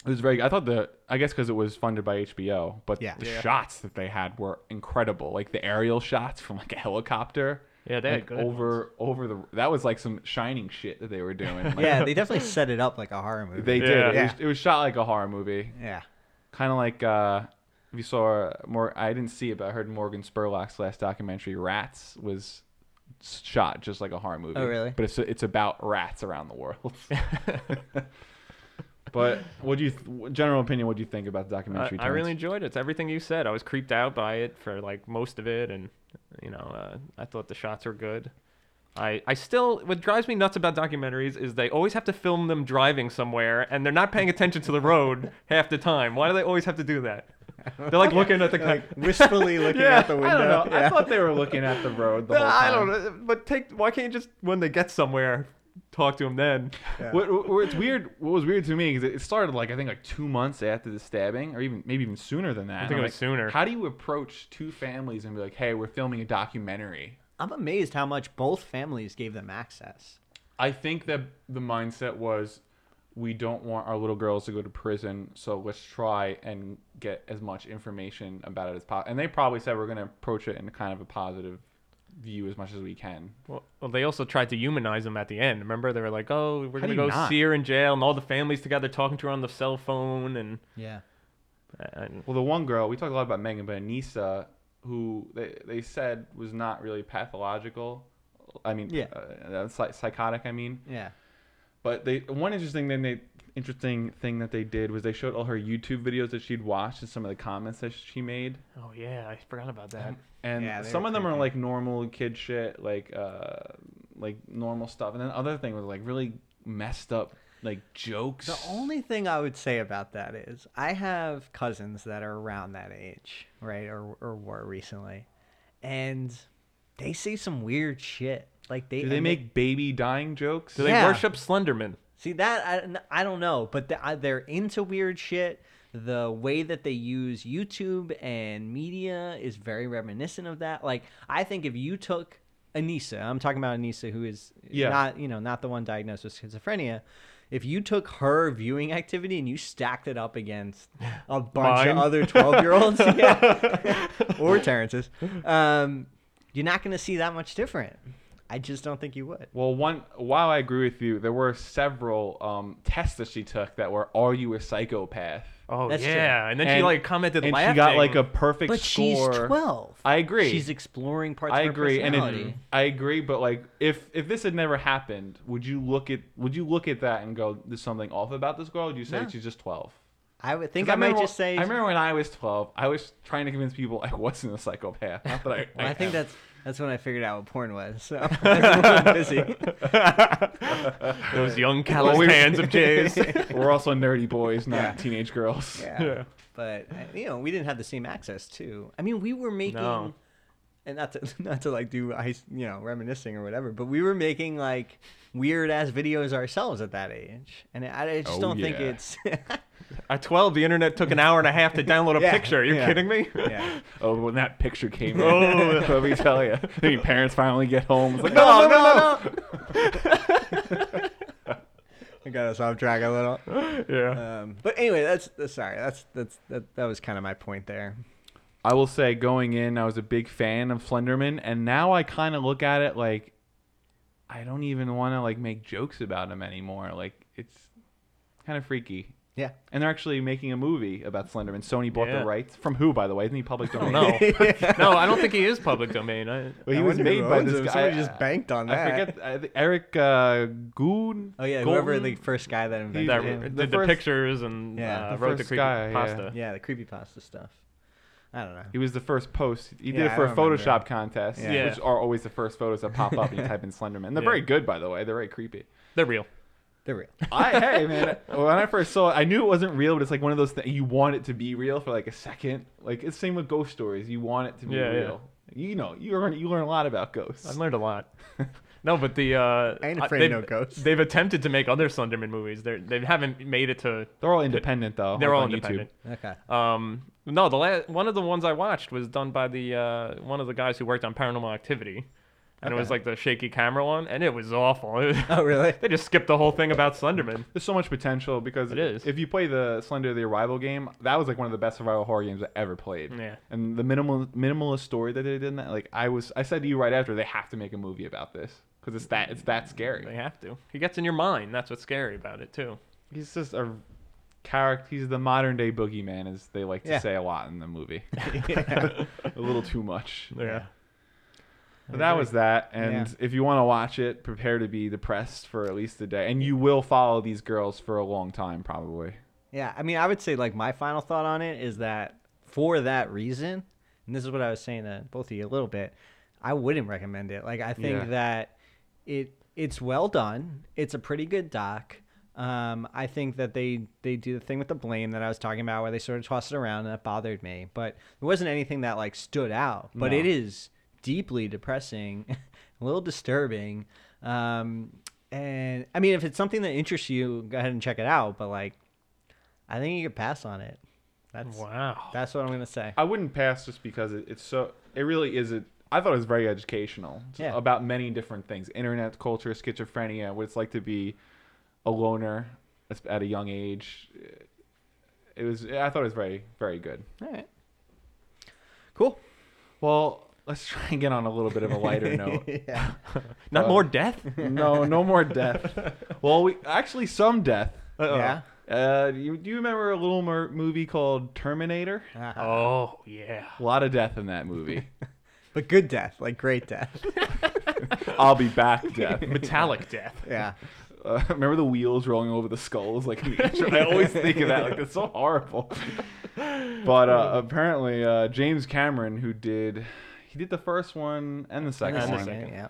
B: it was very. good. I thought the. I guess because it was funded by HBO, but
A: Yeah.
B: the
C: Yeah.
B: shots that they had were incredible. Like the aerial shots from like a helicopter.
C: Yeah, they had
B: like,
C: good ones.
B: over over the. That was like some shining shit that they
A: *laughs*
B: were doing. Like,
A: Yeah, they definitely set it up like a horror movie.
B: They did.
C: Yeah.
B: It,
A: Yeah.
B: was, it was shot like a horror movie,
A: yeah.
B: kind of like uh, if you saw more. I didn't see it, but I heard Morgan Spurlock's last documentary, Rats, was shot just like a horror movie.
A: Oh, really?
B: But it's it's about rats around the *laughs* world. but what do you, th- general opinion? What do you think about the
C: I,
B: documentary?
C: I
B: Terrence?
C: really enjoyed it. It's everything you said. I was creeped out by it for like most of it, and you know, uh, I thought the shots were good. I, I still what drives me nuts about documentaries is they always have to film them driving somewhere and they're not paying attention to
A: *laughs*
C: the road half the time. Why do they always have to do that? They're like looking at the like
A: Wistfully looking
B: Yeah,
A: out the window.
B: I don't know.
A: Yeah.
B: I thought they
A: *laughs*
B: were looking at the road the whole time.
C: I don't know, but take why can't you just when they get somewhere talk to them then?
A: Yeah.
B: What, what, what's weird? What was weird to me because it started like I think like two months after the stabbing, or even maybe even sooner than that.
C: I think
B: I'm
C: it was
B: like,
C: sooner.
B: How do you approach two families and be like, "Hey, we're filming a documentary"?
A: I'm amazed how much both families gave them access.
B: I think that the mindset was, we don't want our little girls to go to prison, so let's try and get as much information about it as possible. And they probably said we're going to approach it in kind of a positive view as much as we can.
C: Well, well, they also tried to humanize him at the end. Remember, they were like, "Oh, we're
B: How do
C: gonna
B: you
C: go
B: not?
C: see her in jail," and all the families together talking to her on the cell phone, and,
A: Yeah.
C: and
B: Well, the one girl we talked a lot about Megan, but Anissa, who they they said was not really pathological. I mean,
A: Yeah.
B: uh, psy- psychotic. I mean,
A: Yeah.
B: but they one interesting thing they interesting thing that they did was they showed all her YouTube videos that she'd watched and some of the comments that she made,
C: oh yeah, I forgot about
B: Um,
C: that.
B: and
A: Yeah, they
B: some
A: were
B: of them are
A: creepy.
B: like normal kid shit, like uh, like normal stuff, and then the other thing was like really messed up like jokes.
A: The only thing I would say about that is I have cousins that are around that age, right, or or were recently, and they say some weird shit. Like they
B: do they
A: and
B: make baby dying jokes?
C: Do they
A: Yeah.
C: worship Slenderman?
A: See that I, n- I don't know, but the, I, they're into weird shit. The way that they use YouTube and media is very reminiscent of that. Like I think if you took Anissa, I'm talking about Anissa, who is
B: Yeah.
A: not you know not the one diagnosed with schizophrenia. If you took her viewing activity and you stacked it up against a bunch of
C: Mine?
A: other 12 year
B: *laughs*
A: olds yeah, or Terrence's, um, you're not going to see that much different. I just don't think you would.
B: Well, one while I agree with you, there were several um, tests that she took that were "Are you a psychopath?"
C: Oh
A: That's true.
C: yeah, and then she like commented
B: and
C: laughing.
B: she got like a perfect
A: But
B: score.
A: she's 12.
B: I agree.
A: She's exploring parts
B: I
A: of her
B: agree, and
A: personality.
B: it, I agree. But like, if if this had never happened, would you look at would you look at that and go, "There's something off about this girl"? Would you say
A: No.
B: she's just twelve?
A: I would think I, might just say.
B: I remember when I was twelve, I was trying to convince people I wasn't a psychopath.
A: *laughs*
B: Not that I.
A: Well, I think
B: am.
A: that's that's when I figured out what porn was.
B: *laughs*
A: So *laughs* I was a little busy.
C: *laughs*
B: *laughs*
C: those young calloused
B: we-
C: hands of Jay's.
B: *laughs* we're also nerdy boys, not
A: Yeah.
B: teenage girls.
A: Yeah. But uh, you know, we didn't have the same access to. I mean, we were making,
C: No.
A: and not to *laughs* not to like do I you know reminiscing or whatever, but we were making like weird ass videos ourselves at that age, and I, I just
B: Oh,
A: don't think
B: yeah.
A: it's. *laughs*
C: At twelve, the internet took an hour and a half to download
B: *laughs*
C: a
A: Yeah,
C: picture. Are you
A: yeah.
C: kidding me?
A: yeah.
B: Oh, when that picture came
C: Oh.
B: in, *laughs* let me tell you, your parents finally get home. It's like,
C: No,
B: no, no,
C: no,
B: no,
A: *laughs* I got us off track a little.
B: Uh,
C: yeah.
A: Um, but anyway, that's, that's sorry. That's that's that, that was kind of my point there.
B: I will say, going in, I was a big fan of Slenderman, and now I kind of look at it like I don't even want to like make jokes about him anymore. Like it's kind of freaky.
A: Yeah.
B: And they're actually making a movie about Slenderman. Sony bought
C: Yeah.
B: the rights from who, by the way? Isn't he public
C: I don't
B: domain? *laughs*
C: know. *laughs* no, I don't think he is public domain. I,
B: But
A: I
B: he was
A: wonder
B: made
A: who
B: by
A: owns
B: this
A: him.
B: guy.
A: Somebody just banked on that.
B: I forget. I think Eric uh, Goon.
A: Oh yeah, whoever the first guy that invented
C: that
B: Yeah.
A: it.
C: did
B: The
C: the,
B: first-
C: pictures and
A: Yeah.
C: uh,
B: The
C: wrote the
B: first
C: creepy
B: guy, yeah.
C: pasta.
A: Yeah, the creepypasta stuff. I don't know.
B: He was the first post. He did
A: Yeah,
B: it
A: I
B: for a
A: remember.
B: Photoshop contest,
A: Yeah.
B: which are always the first photos that pop up. and You type in Slenderman. They're
C: Yeah.
B: very good, by the way. They're very creepy.
C: They're real.
A: They're real.
B: I hey man, when I first saw it, I knew it wasn't real, but it's like one of those things you want it to be real for like a second. Like it's same with ghost stories. You want it to be
C: Yeah, yeah.
B: real. You know, you learn you learn a lot about ghosts.
C: I've learned a lot. *laughs* No, but the uh,
A: I ain't
C: uh,
A: afraid of
C: they've-
A: no ghosts.
C: They've attempted to make other Slenderman movies. They they haven't made it to.
B: They're all independent though.
C: They're
B: like
C: all
B: on YouTube.
C: independent.
A: Okay.
C: Um, no, the la- one of the ones I watched was done by the uh, one of the guys who worked on Paranormal Activity, and it was
A: Okay.
C: like the shaky camera one, and it was awful. *laughs*
A: Oh really?
C: they just skipped the whole thing about Slenderman.
B: There's so much potential because
C: It is.
B: if you play the Slender the Arrival game, that was like one of the best survival horror games I ever played.
C: Yeah.
B: And the minimal minimalist story that they did in that, like I was, I said to you right after, they have to make a movie about this because it's that it's that scary.
C: They have to. He gets in your mind. That's what's scary about it too.
B: He's just a character. He's the modern day boogeyman, as they like to
A: Yeah.
B: say a lot in the *laughs* movie.
A: Yeah.
B: a little too much.
C: Yeah.
B: But that was that. And
A: Yeah.
B: if you want to watch it, prepare to be depressed for at least a day. And you will follow these girls for a long time, probably.
A: Yeah, I mean, I would say like my final thought on it is that for that reason, and this is what I was saying to both of you a little bit, I wouldn't recommend it. Like I think
B: Yeah.
A: that it it's well done. It's a pretty good doc. Um, I think that they they do the thing with the blame that I was talking about, where they sort of toss it around, and that bothered me. But there wasn't anything that like stood out. But
B: No.
A: it is deeply depressing, *laughs* a little disturbing. Um, and I mean, if it's something that interests you, go ahead and check it out. But like, I think you could pass on it. That's
C: Wow.
A: that's what I'm gonna say.
B: I wouldn't pass just because it, it's so. It really is. A, I thought it was very educational It's
A: Yeah.
B: about many different things: internet culture, schizophrenia, what it's like to be a loner as- at a young age. It was. I thought it was very, very good.
A: All right. Cool.
B: Well, let's try and get on a little bit of a *laughs* lighter note.
A: *laughs*
C: *laughs*
A: yeah.
C: Not
B: Uh,
C: more death.
B: No, no more death. *laughs* Well, we actually some death.
C: Uh-oh.
A: Yeah.
B: Uh, you, do you remember a little mer- movie called Terminator?
A: Uh-huh.
C: Oh yeah. *laughs*
B: A lot of death in that *laughs* movie.
A: *laughs* But good death, like great death. *laughs*
B: I'll be back, *laughs* death.
C: Metallic death.
A: Yeah.
B: Uh, *laughs* remember the wheels rolling over the skulls? Like in the intro? I always think of that. Like that's so horrible. But uh, apparently, uh, James Cameron, who did, he did the first one and the second
C: And the
B: one,
C: second.
A: Yeah.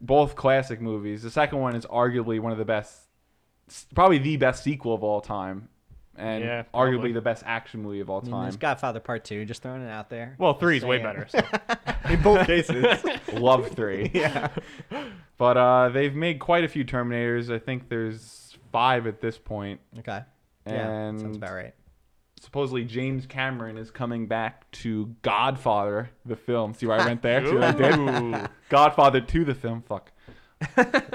B: both classic movies. The second one is arguably one of the best, probably the best sequel of all time, and
C: Yeah, probably.
B: arguably the best action movie of all
A: I mean,
B: time.
A: there's Godfather Part Two. Just throwing it out there.
C: Well, three's way
A: Saying.
C: better.
A: *laughs*
C: So.
A: in both cases.
B: *laughs* Love three.
A: *laughs* yeah.
B: But uh, they've made quite a few Terminators. I think there's five at this point.
A: Okay. yeah.
B: And
A: Sounds about right.
B: supposedly James Cameron is coming back to Godfather, the film. See where I went there? See what
A: *laughs*
B: I did?
C: Ooh.
B: Godfather to the film. Fuck. *laughs*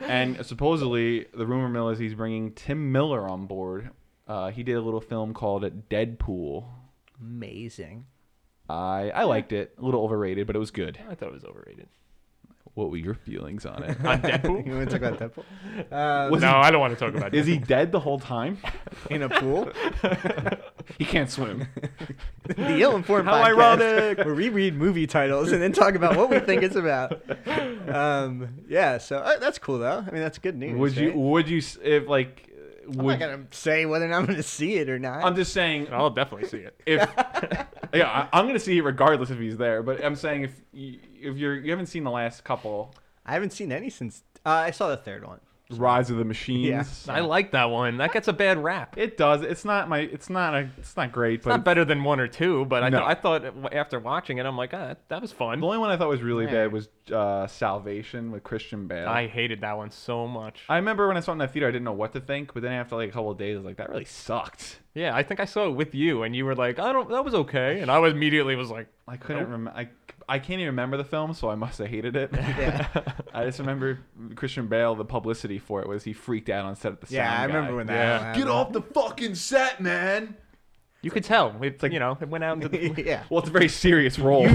B: and supposedly, the rumor mill is he's bringing Tim Miller on board. Uh, he did a little film called Deadpool.
A: Amazing.
B: I I liked it. A little overrated, but it was good.
C: I thought it was overrated.
B: What were your feelings on it? *laughs*
A: *laughs*
C: On
A: you
C: Deadpool?
A: want to talk about
C: *laughs*
A: Deadpool? Um,
B: Was
C: no, I don't want to talk
B: *laughs*
C: about.
B: Is
C: Deadpool.
B: he dead the whole time? *laughs*
A: in a
C: *laughs*
A: pool. *laughs*
B: He can't swim.
A: the ill-informed
B: How
A: podcast,
B: ironic.
A: where we read movie titles and then talk about what we think it's
C: *laughs*
A: about. Um, yeah, so uh, that's cool though. I mean, that's good news.
B: Would you?
A: right?
B: Would you? s- If like,
A: I'm not
B: would
A: gonna Oh, say whether or not I'm gonna see it or not.
B: I'm just saying
C: I'll definitely see it.
B: if *laughs* yeah, I, I'm gonna see it regardless if he's there. But I'm saying if you, if you're you haven't seen the last couple
A: I haven't seen any since uh, I saw the third one.
B: Rise of the Machines,
C: I like that one. That gets a bad rap. It's
B: it does. It's not my. It's not a. It's not great. But
C: not better than one or two, but I,
B: No.
C: th- I thought w- after watching it, I'm like, ah, that was fun.
B: the only one I thought was really
A: Yeah.
B: bad was uh, Salvation with Christian Bale.
C: I hated that one so much.
B: I remember when I saw it in the theater, I didn't know what to think. But then after like a couple of days, I was like, that really sucked.
C: yeah, I think I saw it with you, and you were like, I don't, that was okay, and I was immediately was like,
B: I couldn't
C: Nope.
B: remember. I I can't even remember the film, so I must have hated it.
A: *laughs* Yeah.
B: I just remember Christian Bale. The publicity for it was he freaked out on set at the
A: Yeah,
B: sound
A: I remember
B: guy.
A: when
C: Yeah.
A: that happened.
B: Get
A: *laughs*
B: off the fucking set, man.
C: You could tell.
B: like-
C: It's like you know, it went
A: *laughs*
C: out into the *laughs*
A: yeah.
B: Well, it's a very serious role.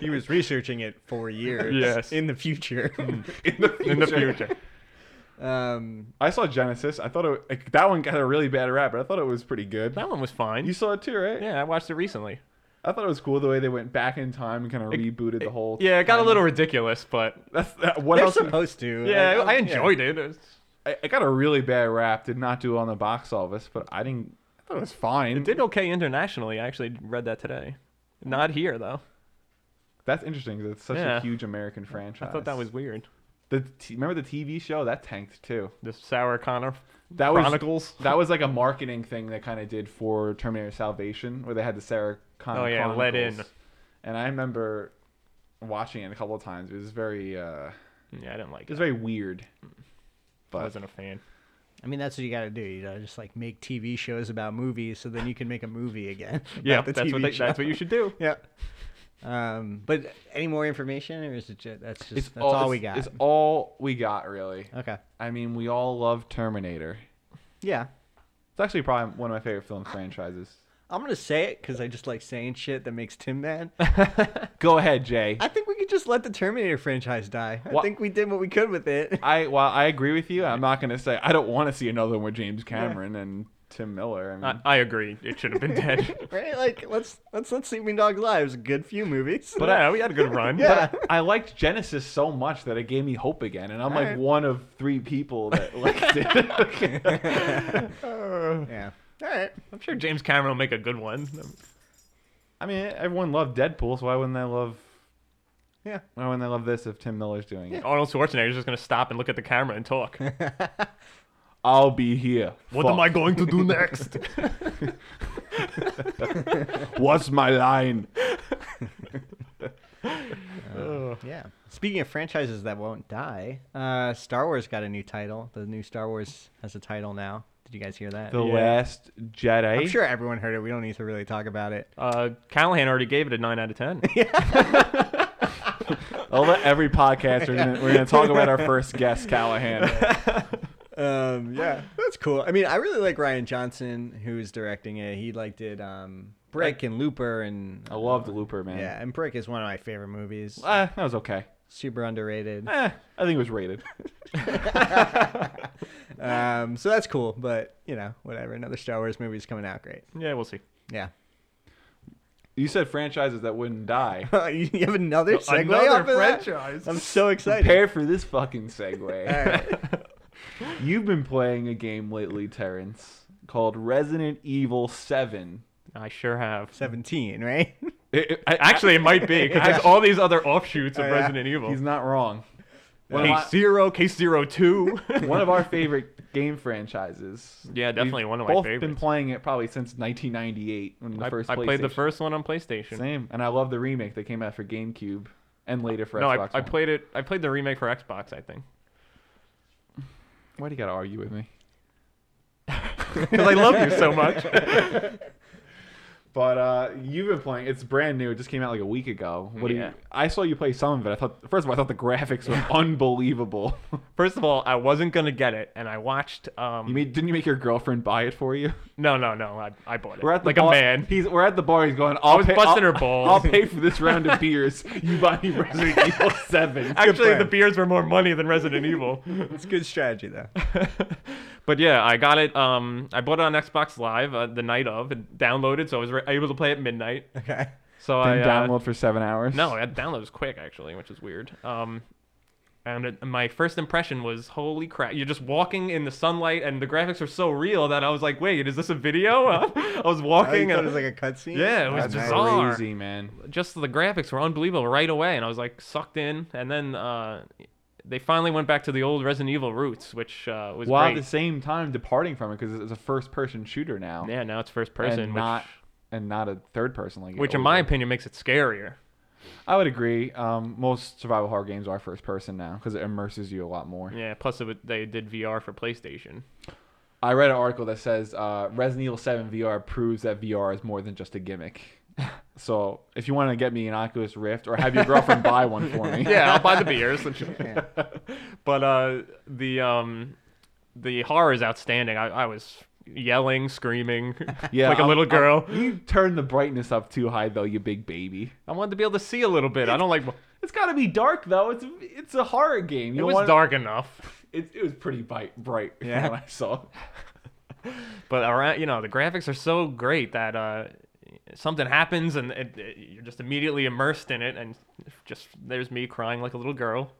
A: He was researching it for years.
C: Yes.
A: In the future.
B: *laughs* in the future.
C: in the future.
A: um,
B: I saw Genesis. I thought it like, that one got a really bad rap, but I thought it was pretty good.
C: That one was fine.
B: You saw it too, right?
C: yeah, I watched it recently.
B: I thought it was cool the way they went back in time and kind of rebooted the whole.
C: Yeah, it got a
B: timeline.
C: little ridiculous, but
B: That's uh, what
A: they're
B: else?
A: supposed to.
C: yeah,
A: Like,
C: I
A: yeah.
C: enjoyed it. It was,
B: I, I got a really bad rap. Did not do well on the box office, but I didn't. I thought it was fine.
C: it did okay internationally. I actually read that today. Not here though.
B: That's interesting 'cause it's such a
C: Yeah.
B: huge American franchise.
C: I thought that was weird.
B: the t- remember the TV show that tanked too.
C: This Sour Connor
B: That was
C: Chronicles. *laughs*
B: that was like a marketing thing they kind of did for Terminator Salvation, where they had the Sarah Connor.
C: Oh, yeah, let
B: Chronicles.
C: in.
B: And I remember watching it a couple of times. It was very uh,
C: yeah, I didn't like
B: it was
C: it.
B: very weird.
C: I
B: But
C: wasn't a fan.
A: I mean, that's what you got to do. You got to just like make TV shows about movies, so then you can make a movie again. *laughs* about
C: Yeah,
A: the
C: that's what
A: TV
C: they,
A: show.
C: that's what you should do.
A: Yeah. Um, but any more information, or is it just, that's just
B: it's
A: that's all, we
B: it's-
A: got?
B: It's all we got really.
A: Okay.
B: I mean, we all love Terminator.
A: Yeah.
B: It's actually probably one of my favorite film franchises.
A: I'm gonna say it because I just like saying shit that makes Tim mad.
B: Go ahead, Jay.
A: I think we could just let the Terminator franchise die. I
B: Wha-
A: think we did what we could with it. *laughs*
B: I while I agree with you, I'm not gonna say I don't want to see another one with James Cameron and Tim Miller. I mean,
C: I, I agree. It should have
B: *laughs*
C: been dead.
A: right? Like let's let's let's Sleeping Dogs Live is a good few movies.
C: but
B: *laughs*
C: yeah, we had a good run.
A: Yeah.
B: but I liked Genesis so much that it gave me hope again, and I'm like
A: Alright.
B: one of three people that *laughs* liked it.
A: *laughs* yeah. All right.
C: I'm sure James Cameron will make a good one.
B: I mean, everyone loved Deadpool, so why wouldn't they love?
A: Yeah.
B: Why wouldn't they love this if Tim Miller's doing it?
C: Arnold Schwarzenegger's just gonna stop and look at the camera
B: *laughs*
C: and talk.
B: I'll be here.
C: What am I going to do
B: *laughs*
C: next?
B: I? What's
A: *laughs*
B: my line?
A: Yeah. Speaking of franchises that won't die, uh, Star Wars got a new title. The new Star Wars has a title now. Did you guys hear that?
B: The
C: Yeah.
B: Last Jedi.
A: I'm sure everyone heard it. We don't need to really talk about it.
C: Uh, Callahan already gave it a nine out of ten.
B: I'll let every podcast we're gonna, we're gonna talk about
A: *laughs*
B: our first guest, Callahan.
A: Um, yeah, *laughs* that's cool. I mean, I really like Ryan Johnson, who's directing it. He like did um, Brick and Looper, and
B: I loved Looper, man.
A: yeah, and Brick is one of my favorite movies.
B: Uh, that was okay.
A: Super
C: *laughs*
A: underrated. *laughs*
B: Eh, I think it was rated.
A: Um, so that's cool, but you know, whatever. Another Star Wars movie is coming out. Great.
C: yeah, we'll see.
A: Yeah. *laughs*
B: You said franchises that wouldn't die.
A: you you have another segue. off of that? I'm so excited.
B: Prepare for this fucking
A: All
B: segue.
A: right. *laughs*
B: You've been playing a game lately, Terrence, called Resident Evil 7.
C: I sure have.
A: 17,
C: *laughs*
A: right?
B: It- it- I-
C: Actually, it might
B: *laughs*
C: be because there's all these other offshoots of
A: Oh, yeah.
C: Resident
B: I-
C: Evil.
B: he's not wrong. One,
C: Case zero, case
B: *laughs*
C: zero two. *laughs*
B: of our, one of our favorite game franchises.
C: Yeah,
B: We've
C: definitely one of my
B: both been
C: favorites.
B: playing it probably since 1998 when the
C: I,
B: first
C: I played the
B: PlayStation-
C: first one on PlayStation.
B: Same, and I love the remake that came out for GameCube and later for
C: no, I,
B: Xbox.
C: I
B: One.
C: played it. I played the remake for Xbox. I think *laughs*
B: Why do you gotta argue with me?
C: because I love you
B: *laughs*
C: so much.
B: But uh, you've been playing. It's brand new. It just came out like a week ago. What do
C: Yeah.
B: you? I saw you play some of it. I thought first of all, I thought the graphics were
C: *laughs*
B: unbelievable. *laughs*
C: First of all, I wasn't gonna get it, and I watched. Um,
B: You made, didn't you make your girlfriend buy it for you? *laughs*
C: no, no, no. I, I bought it.
B: We're at the
C: like
B: bar.
C: a man.
B: He's we're at the bar. He's going. I'll
C: was
B: pay,
C: busting
B: I'll-
C: her balls.
B: I'll pay for this round of beers. You buy me Resident Evil Seven.
C: *laughs* Actually,
A: plan.
C: the beers were more money
B: *laughs*
C: than Resident Evil. *laughs*
A: It's good strategy, though.
C: But yeah, I got it. Um, I bought it on Xbox Live uh, the night of, and downloaded, so I was re- able to play at midnight.
A: Okay.
C: So I
B: Didn't
C: uh,
B: download for seven hours.
C: No, that download was quick actually, which is weird. Um, and it, my first impression was, holy crap! You're just walking in the sunlight, and the graphics are so real that I was like, wait, is this a video? *laughs* I was
A: Oh, you
C: walking,
A: thought it
C: and
A: was like a cutscene?
C: uh, Yeah, it was
B: that's
A: nice. *laughs*
C: bizarre.
B: crazy, man.
C: just the graphics were unbelievable right away, and I was like sucked in. And then uh, they finally went back to the old Resident Evil roots, which uh, was
B: While at the
C: great.
B: same time departing from it because it's a first-person shooter now,
C: Yeah, now it's first person,
B: and
C: which,
B: not and not a third person like it
C: which in
B: always
C: my
B: was.
C: opinion makes it scarier.
B: I would agree. Um, most survival horror games are first person now because it immerses you a lot more.
C: Yeah. Plus, it, would- they did VR for PlayStation.
B: I read an article that says uh, Resident Evil 7 VR proves that VR is more than just a gimmick. *laughs* So if you want to get me an Oculus Rift or have your girlfriend buy one for me,
C: *laughs* yeah, I'll buy the beers. *laughs* but uh, the um, the horror is outstanding. I, I was yelling, screaming, *laughs*
B: Yeah,
C: like a
B: I'm-
C: little girl.
B: I'm- *laughs* you turn the brightness up too high though, you big baby.
C: I wanted to be able to see a little bit. I
B: *laughs*
C: don't like.
B: It's got to be dark though. It's it's a horror game. You
C: It
B: don't
C: was
B: wanna-
C: dark enough,
B: It, it was pretty bright. Bright. *laughs*
A: Yeah.
B: when I saw.
C: but around you know the graphics are so great that uh, something happens and it, it, you're just immediately immersed in it, and just there's me crying like a little girl.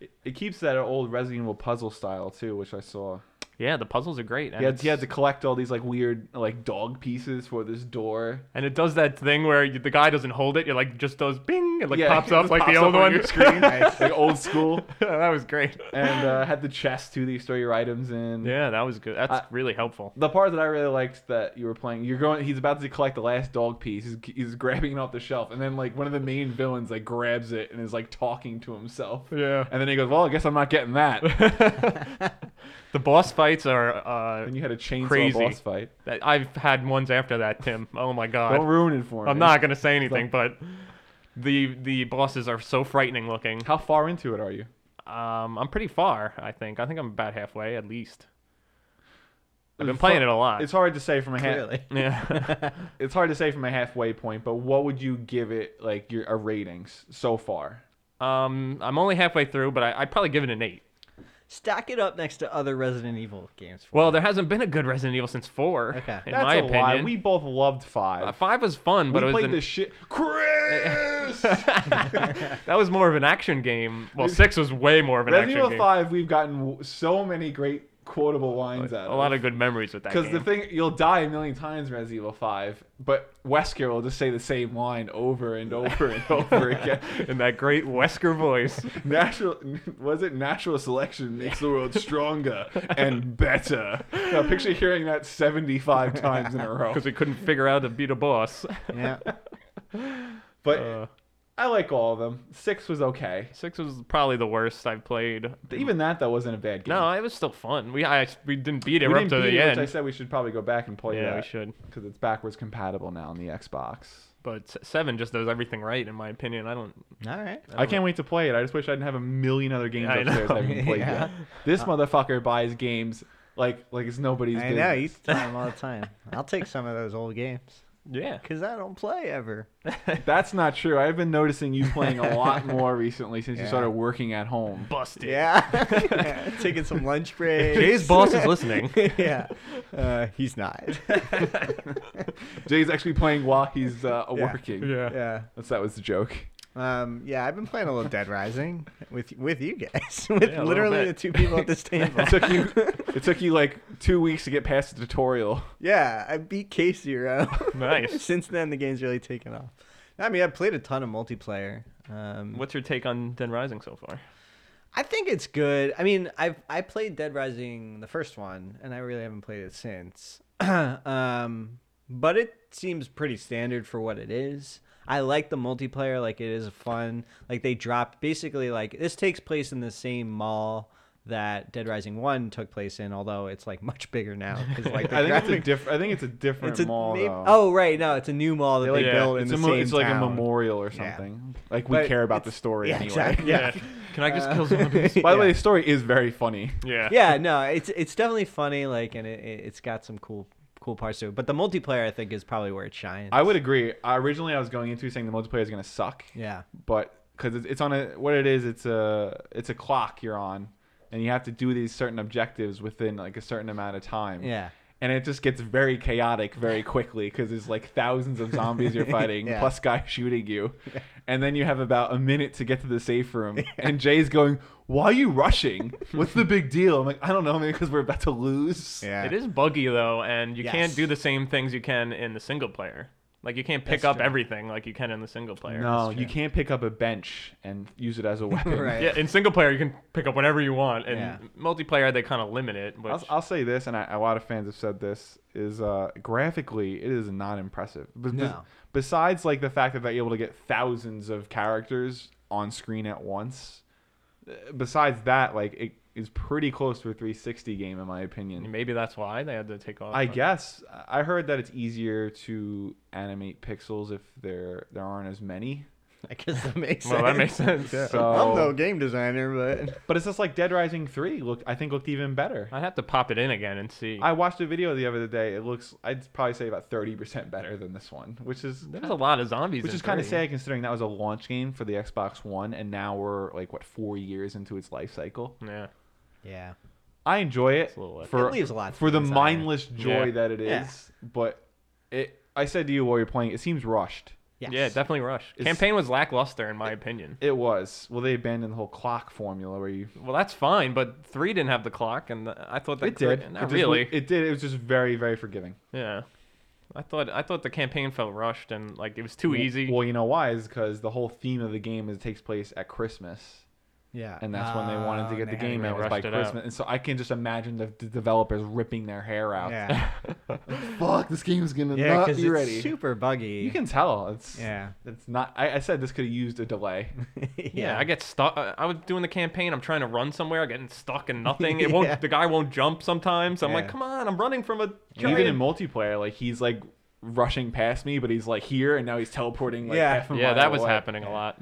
B: It, it keeps that old Resident Evil puzzle style too, which I saw.
C: Yeah, the puzzles are great. And
B: He had, he
C: it's-
B: had to collect all these like weird like dog pieces for this door.
C: And it does that thing where you, the guy doesn't hold it. You're like, just does bing. It like
B: Yeah, *laughs*
C: pops
B: it
C: up
B: just
C: like
B: pops
C: the
B: up
C: old
B: on
C: one. *laughs*
B: your screen.
A: Nice.
B: like old school.
C: that was great.
B: And uh, had the chest too that you store your items in.
C: Yeah, that was good. That's
B: I-
C: really helpful.
B: The part that I really liked that you were playing, you're going. He's about to collect the last dog piece. He's, he's grabbing it off the shelf, and then like one of the main villains like grabs it and is like talking to himself.
C: Yeah.
B: And then he goes, "Well, I guess I'm not getting
C: *laughs*
B: that."
C: The boss fights are. Uh,
B: and you had a chainsaw
C: Crazy.
B: boss fight.
C: that- I've had ones after that, Tim. Oh my god.
B: Don't ruin it for me.
C: I'm not gonna say anything, but the the bosses are so frightening looking.
B: How far into it are you?
C: Um, I'm pretty far. I think. I think I'm about halfway at least. I've been
B: It's
C: playing
B: fu-
C: it a lot.
B: It's hard to say from a half.
A: Really?
C: *laughs*
B: *laughs*
C: yeah.
B: It's hard to say from a halfway point, but what would you give it like your a ratings so far?
C: um, I'm only halfway through, but I, I'd probably give it an eight.
A: Stack it up next to other Resident Evil games. For
C: Well, there hasn't been a good Resident Evil since four.
A: Okay.
C: In
B: That's
C: my
B: a
C: opinion,
B: lie. We both loved five.
C: Uh, five was fun, but
B: we
C: it was
B: played
C: an,
B: this shit. Chris.
C: *laughs* that was more of an action game. Well, six was way more of an
B: Resident
C: action
B: Evil
C: game.
B: Five. We've gotten w- so many great quotable *laughs* lines out.
C: a lot of good memories with that
B: Because
C: game.
B: the thing, you'll die a million times in Resident Evil 5, but Wesker will just say the same line over and over
C: *laughs*
B: and over again.
C: in that great Wesker voice.
B: *laughs* Natural, was it natural selection makes the world
C: *laughs*
B: stronger and better? Now picture hearing that
C: *laughs*
B: 75 times in a row.
C: Because we couldn't figure out to beat a boss. *laughs*
A: yeah.
B: But
C: Uh,
B: I like all of them. Six was okay.
C: six was probably the worst I've played.
B: Even that, though, wasn't a bad game.
C: No, it was still fun. We I, we didn't beat it
B: we
C: up
B: didn't
C: to
B: beat
C: the
B: it,
C: end.
B: which I said we should probably go back and play
C: yeah,
B: that.
C: we should.
B: Because it's backwards compatible now on the Xbox.
C: But s- seven just does everything right, in my opinion. I don't.
A: All right.
B: I can't wait to play it. I just wish I didn't have a million other games
C: I
B: upstairs
C: know.
B: I haven't
A: *laughs*
B: played
A: Yeah.
B: yet. This motherfucker buys games like like it's nobody's
A: I
B: business.
A: know. You tell them all the time. I'll take some of those old games
C: Yeah.
A: because I don't play ever.
B: *laughs* That's not true. I've been noticing you playing a
A: *laughs*
B: lot more recently since you
A: Yeah.
B: started working at home.
C: Busted.
A: Yeah.
C: *laughs*
A: Yeah, *laughs* Taking some lunch breaks.
C: Jay's boss
A: *laughs*
C: is listening.
A: yeah. Uh, he's
C: *laughs*
A: not.
B: Jay's actually playing while he's uh,
A: Yeah.
B: working.
C: Yeah.
A: yeah.
B: That's that was
A: *laughs*
B: the joke.
A: Um, yeah, I've been playing a little Dead Rising with with you guys, *laughs* with
C: Yeah, a little
A: literally
C: bit.
A: the two people at this table.
C: *laughs*
B: It took
A: *laughs*
B: you it took you like two weeks to get past the tutorial.
A: yeah, I beat Case Zero. *laughs*
C: Nice.
A: Since then, the game's really taken off. I mean, I've played a ton of multiplayer. Um,
C: What's your take on Den Rising so
B: *laughs*
C: far?
A: I think it's good. I mean, I've I played Dead Rising the first one, and I really haven't played it since. *clears throat* um, but it seems pretty standard for what it is. I like the multiplayer; like it is fun. Like they drop basically like this takes place in the same mall that Dead Rising One took place in, although it's like much bigger now. 'cause, like the
B: *laughs* I think it's a
A: graphic-
B: different. I think it's a different mall.
A: maybe-
B: though.
A: oh right, no, it's a new mall that
B: They,
A: they
B: like,
A: built in
B: it's
A: the
B: a mo-
A: same
B: It's like a
A: town.
B: memorial or
A: Yeah.
B: something. Like we
A: But
B: care about the
A: it's-
B: story
A: yeah,
B: anyway.
A: exactly. Yeah.
C: Can I just
A: Uh, *laughs*
B: *laughs*
C: kill zombies?
B: By the way,
A: Yeah.
B: the story is very funny.
C: Yeah.
A: yeah, no, it's it's definitely funny, like, and it, it- it's got some cool cool parts to it. But the multiplayer, I think, is probably where it shines.
B: I would agree. I, originally, I was going into saying the multiplayer is going to suck,
A: yeah,
B: but because it's, it's on a what it is, it's a it's a clock you're on, and you have to do these certain objectives within like a certain amount of time.
A: yeah,
B: And it just gets very chaotic very quickly because there's like thousands of zombies you're
A: *laughs*
B: fighting,
A: Yeah.
B: plus guys
A: *laughs*
B: shooting you, and then you have about a minute to get to the safe room. And Jay's going, "Why are you rushing? What's the big deal?" I'm like, "I don't know, maybe because we're about to lose."
A: yeah.
C: It is buggy though, and you can't
A: Yes.
C: do the same things you can in the single player. Like you can't pick
A: That's
C: up
A: true.
C: everything like you can in the single player.
B: No,
A: That's
B: you
A: true.
B: can't pick up a bench and use it as a
A: *laughs*
B: weapon.
A: Right.
C: Yeah, in single player you can pick up whatever you want, and
A: Yeah.
C: multiplayer they kind of limit it. Which,
B: I'll, I'll say this, and I, a lot of fans have said this: is uh, graphically, it is not impressive. But
A: No.
B: besides, like the fact that they're able to get thousands of characters on screen at once, uh, besides that, like it is pretty close to a 360 game in my opinion.
C: Maybe that's why they had to take off.
B: um, I
C: the-
B: guess I heard that it's easier to animate pixels if there there aren't as many.
A: I guess that makes
C: Well,
A: sense.
C: that
B: *laughs*
C: makes sense. Yeah.
B: So-
A: I'm no game designer, but
B: But it's just like Dead Rising 3 looked I think looked even better.
C: I'd have to pop it in again and see.
B: I watched a video the other day. It looks I'd probably say about 30% better than this one, which is
C: There's a lot of zombies.
B: which
C: in
B: is kind of
C: three.
B: sad considering that was a launch game for the Xbox One and now we're like what 4 years into its life cycle.
C: Yeah.
A: yeah,
B: I enjoy it
C: It's a little left.
B: for
A: It leaves a lot to
B: for the
A: desire.
B: mindless joy
C: Yeah.
B: that it is,
A: Yeah.
B: but it I said to you while you're playing, it seems rushed.
C: Yeah, definitely rush.
B: It's-
C: Campaign was lackluster in my opinion.
B: It was. Well, they abandoned the whole clock formula where you
C: Well, that's fine, but three didn't have the clock, and I thought that
B: It did.
C: Not
B: it just-
C: really.
B: it did. It was just very, very forgiving.
C: yeah, I thought I thought the campaign felt rushed and like it was too
B: W-
C: easy.
B: Well, you know why? Is because the whole theme of the game is it takes place at Christmas,
A: yeah.
B: and that's when they wanted to
A: Oh,
B: get the
A: man.
B: game
C: they
B: out was by
C: rushed it out.
B: Christmas. And so I can just imagine the, the developers ripping their hair out. *laughs*
A: Yeah,
B: Fuck, this game's gonna
A: yeah,
B: not
A: because
B: be
A: it's
B: ready.
A: super buggy.
B: you can tell. It's
A: yeah,
B: *laughs* It's not. I, I said this could have used
A: *laughs*
B: a delay. *laughs*
A: yeah.
C: yeah, I get stuck. I I was doing the campaign. I'm trying to run somewhere, I'm getting stuck in nothing. It won't.
A: Yeah.
C: The guy won't jump sometimes. I'm like,
A: Yeah.
C: come on, I'm running from a.
B: And even in
C: Giant.
B: multiplayer, like he's like rushing past me, but he's like here, and now he's teleporting. Like,
A: Yeah.
B: half a
C: Yeah,
B: mile
C: that was
B: away.
C: happening a lot.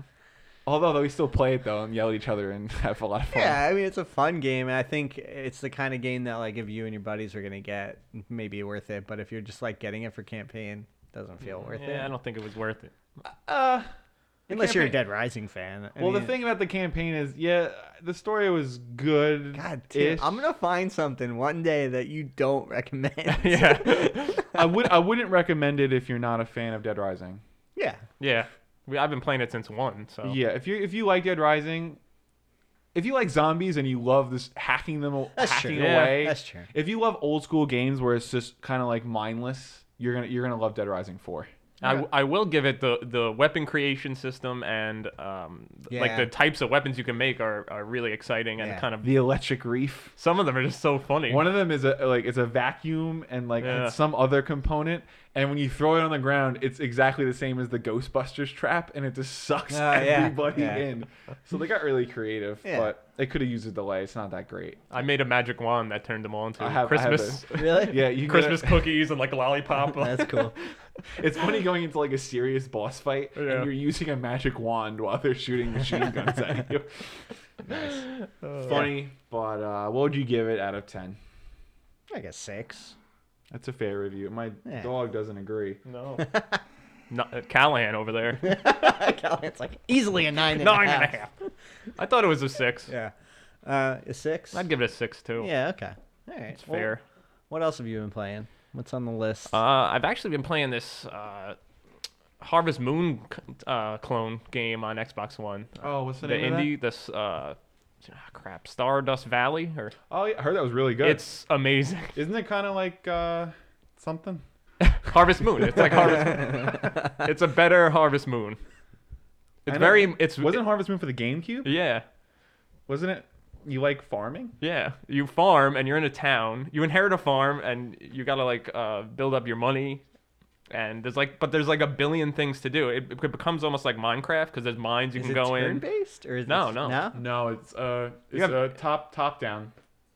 B: Although though, we still play it though and yell at each other and *laughs* have a lot of fun.
A: Yeah, I mean it's a fun game, and I think it's the kind of game that like if you and your buddies are gonna get, maybe worth it. But if you're just like getting it for campaign, doesn't
B: Mm,
A: feel worth
C: Yeah, I
A: it.
C: don't think it was worth it.
B: Uh, the
A: Unless you're a
B: campaign-
A: Dead Rising fan. I
B: Well, the
A: mean,
B: thing about the campaign is, yeah, the story was good.
A: God, Tim, I'm gonna find something one day that you don't recommend.
C: *laughs* Yeah.
B: I would. I wouldn't recommend it if you're not a fan of Dead Rising.
A: yeah.
C: Yeah, we, I've been playing it since one. So
B: Yeah, if you if you like Dead Rising, if you like zombies and you love this hacking them,
A: That's
B: hacking
A: true.
C: Yeah,
B: away.
A: that's true.
B: If you love old school games where it's just kind of like mindless, you're gonna you're gonna love Dead Rising Four.
C: I, I will give it the, the weapon creation system and um, th- like
A: Yeah.
C: the types of weapons you can make are, are really exciting and
A: Yeah.
C: kind of
B: The Electric Reef.
C: some of them are just so funny.
B: One of them is a like it's a vacuum and like
C: Yeah.
B: some other component, and when you throw it on the ground, it's exactly the same as the Ghostbusters trap, and it just sucks
A: Oh, yeah.
B: everybody
A: Yeah.
B: in. So they got really creative,
A: Yeah.
B: but they could have used a delay. It's not that great.
C: I made a magic wand that turned them all into
B: I have- I have
C: Christmas
A: *laughs* Really?
B: Yeah, you gotta-
C: Christmas cookies and like a lollipop.
A: That's cool.
B: It's funny going into like a serious boss fight
C: Yeah.
B: and you're using a magic wand while they're shooting machine guns at *laughs* you.
A: nice.
B: funny, but uh, what would you give it out of ten?
A: Like a six.
B: That's a fair review. My
A: Yeah.
B: dog doesn't agree.
C: No. no. uh, Callahan over there.
A: it's like easily a nine and a half.
C: Nine and a half. I thought it was a six.
A: Yeah. Uh, a six.
C: I'd give it a six too.
A: Yeah. Okay. All right.
C: It's fair.
A: What else have you been playing? What's on the list?
C: Uh, I've actually been playing this uh, Harvest Moon c- uh, clone game on Xbox One.
B: Oh, what's the,
C: the
B: name
C: indie this uh ah, crap Stardust Valley or
B: Oh, yeah, I heard that was really good.
C: it's amazing *laughs*
B: Isn't it kind of like uh, something?
C: Harvest Moon it's like Harvest Moon. it's a better Harvest Moon
B: I
C: it's
B: know-
C: very it's
B: Wasn't Harvest Moon for the GameCube?
C: yeah
B: Wasn't it? You like farming?
C: yeah you farm and you're in a town you inherit a farm and you gotta like uh build up your money and there's like but there's like a billion things to do it, it becomes almost like Minecraft because there's mines you
A: is
C: can
A: it
C: go in
A: turn-based or is
C: No,
A: it,
C: no.
A: no? *laughs*
B: No, it's uh,
C: You have-
B: uh, top top down,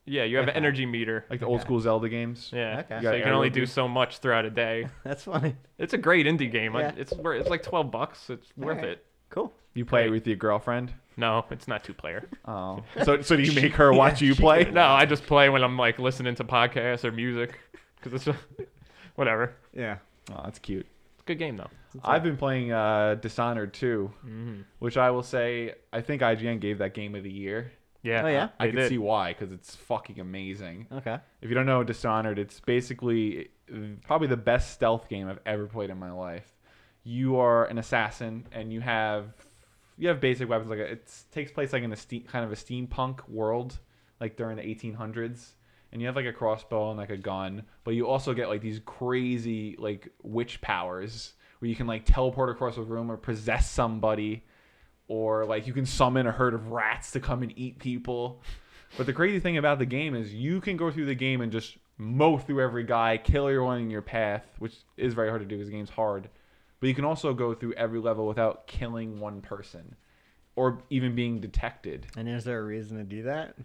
C: yeah you have an
A: Okay.
C: energy meter
B: like the old
A: Okay.
B: school Zelda games.
C: yeah
A: Okay. You
C: so
B: got
C: you can only
B: aerial
C: do
B: view.
C: so much throughout
B: *laughs*
C: a day
A: That's funny.
C: It's a great indie game. I-
A: Yeah.
C: It's wor- it's like twelve bucks. It's worth
A: Alright.
C: it.
A: Cool.
B: You play it
C: Right.
B: with your girlfriend.
C: No, it's not two player. *laughs*
B: Oh, so so do *laughs* you make her watch you play?
C: No, I just play when I'm like listening to podcasts or music, because it's *laughs* whatever.
A: Yeah.
B: Oh, that's cute.
C: It's a good game though.
B: I've been playing uh, Dishonored 2,
C: Mm-hmm.
B: which I will say I think IGN gave that game of the year.
C: Yeah.
A: Oh, yeah?
B: I
C: They
B: can
C: did.
B: see why because it's fucking amazing.
A: Okay.
B: If you don't know Dishonored, it's basically probably the best stealth game I've ever played in my life. You are an assassin and you have you have basic weapons like it takes place like in a steam, kind of a steampunk world like during the 1800s and you have like a crossbow and like a gun but you also get like these crazy like witch powers where you can like teleport across a room or possess somebody or like you can summon a herd of rats to come and eat people. But the crazy thing about the game is you can go through the game and just mow through every guy, kill everyone in your path, which is very hard to do because the game's hard. But you can also go through every level without killing one person or even being detected.
A: And is there a reason to do that?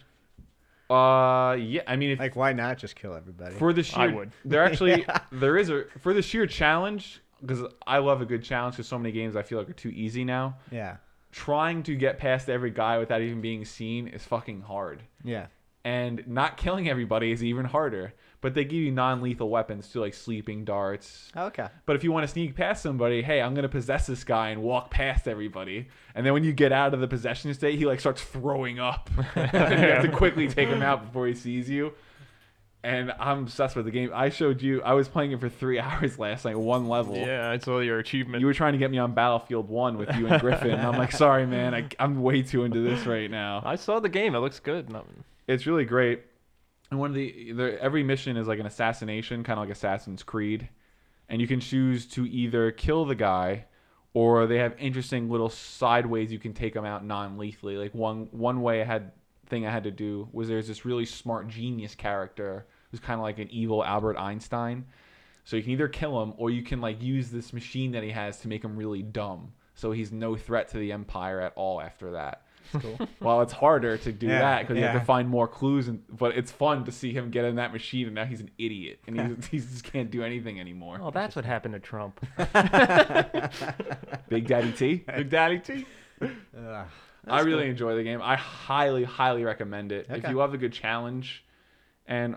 B: Uh, yeah. I mean, if,
A: Like, why not just kill everybody?
B: for the sheer,
C: I would.
B: *laughs* there
C: *laughs*
B: actually there is a for the sheer challenge because I love a good challenge because so many games I feel like are too easy now.
A: yeah,
B: Trying to get past every guy without even being seen is fucking hard,
A: yeah,
B: and not killing everybody is even harder. But they give you non-lethal weapons too, like sleeping darts.
A: okay.
B: But if you want to sneak past somebody, hey, I'm gonna possess this guy and walk past everybody. And then when you get out of the possession state, he like starts throwing up. *laughs* and you have to quickly take him out before he sees you. And I'm obsessed with the game. I showed you. I was playing it for three *laughs* hours last night, one level.
C: Yeah, it's all your achievement.
B: You were trying to get me on Battlefield One with you and Griffin. and I'm like, sorry, man. I, I'm way too into this right now
C: I saw the game. It looks good. No-
B: it's really great. And one of the, the every mission is like an assassination, kind of like Assassin's Creed, and you can choose to either kill the guy, or they have interesting little sideways you can take them out non-lethally. Like one one way I had thing I had to do was there's this really smart genius character who's kind of like an evil Albert Einstein. So you can either kill him or you can like use this machine that he has to make him really dumb. So he's no threat to the empire at all after that.
A: cool.
C: *laughs*
B: Well, it's harder to do
A: Yeah,
B: that because you have
A: yeah.
B: to find more clues, and but it's fun to see him get in that machine, and now he's an idiot, and
C: *laughs*
B: he's, he just can't do anything anymore.
C: Oh, that's what happened to Trump.
B: Big Daddy T.
C: *laughs* Big Daddy T.
A: Ugh.
B: I really enjoy the game. I highly, highly recommend it if
A: Okay.
B: you love a good challenge, and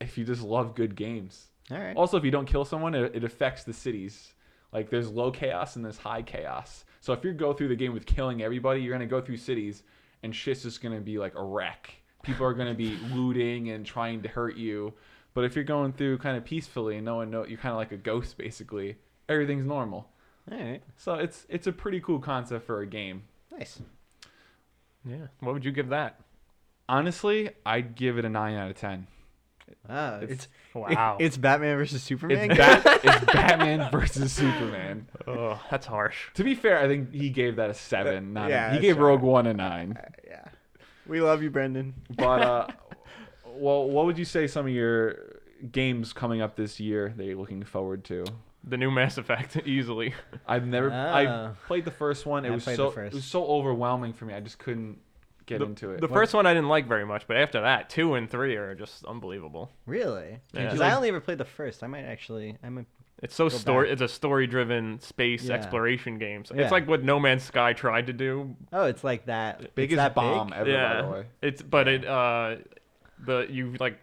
B: if you just love good games.
A: All right.
C: Oh.
B: Also, if you don't kill someone, it, it affects the cities. Like there's low chaos and there's high chaos. So if you go through the game with killing everybody, you're gonna go through cities and shit's just gonna be like a wreck. People are gonna be looting and trying to hurt you. But if you're going through kind of peacefully and no one know you're kind of like a ghost basically, everything's normal.
A: All right.
B: So it's it's a pretty cool concept for a game.
A: Nice.
C: Yeah. What would you give that?
B: Honestly, I'd give it a nine out of ten.
A: Wow. Oh, It's, *laughs*
C: *laughs* Wow.
A: it's Batman versus Superman.
B: It's, Bat- it's Batman versus Superman.
C: oh, that's harsh.
B: To be fair, I think he gave that a seven. Not a-
A: Yeah,
B: he gave
A: sure.
B: Rogue One a nine.
A: yeah. We love you, Brendan. *laughs*
B: But uh, well, what would you say some of your games coming up this year that you're looking forward to?
C: The new Mass Effect, *laughs* easily.
B: I've never
A: Ah.
B: I played the first one. It
A: I
B: was
A: played
B: so
A: the first.
B: it was so overwhelming for me. I just couldn't get
C: the,
B: into it.
C: The first one I didn't like very much, but after that, two and three are just unbelievable.
A: Really?
C: Yeah.
A: Because I only ever played the first. I might actually. I might.
C: It's so
A: Go
C: story.
A: back.
C: It's a story-driven space
A: Yeah.
C: exploration game. So
A: Yeah.
C: It's like what No Man's Sky tried to do.
A: Oh, it's like that. it's
B: biggest
A: that big?
B: bomb ever,
C: yeah.
B: by the way.
C: It's but it uh, the you like,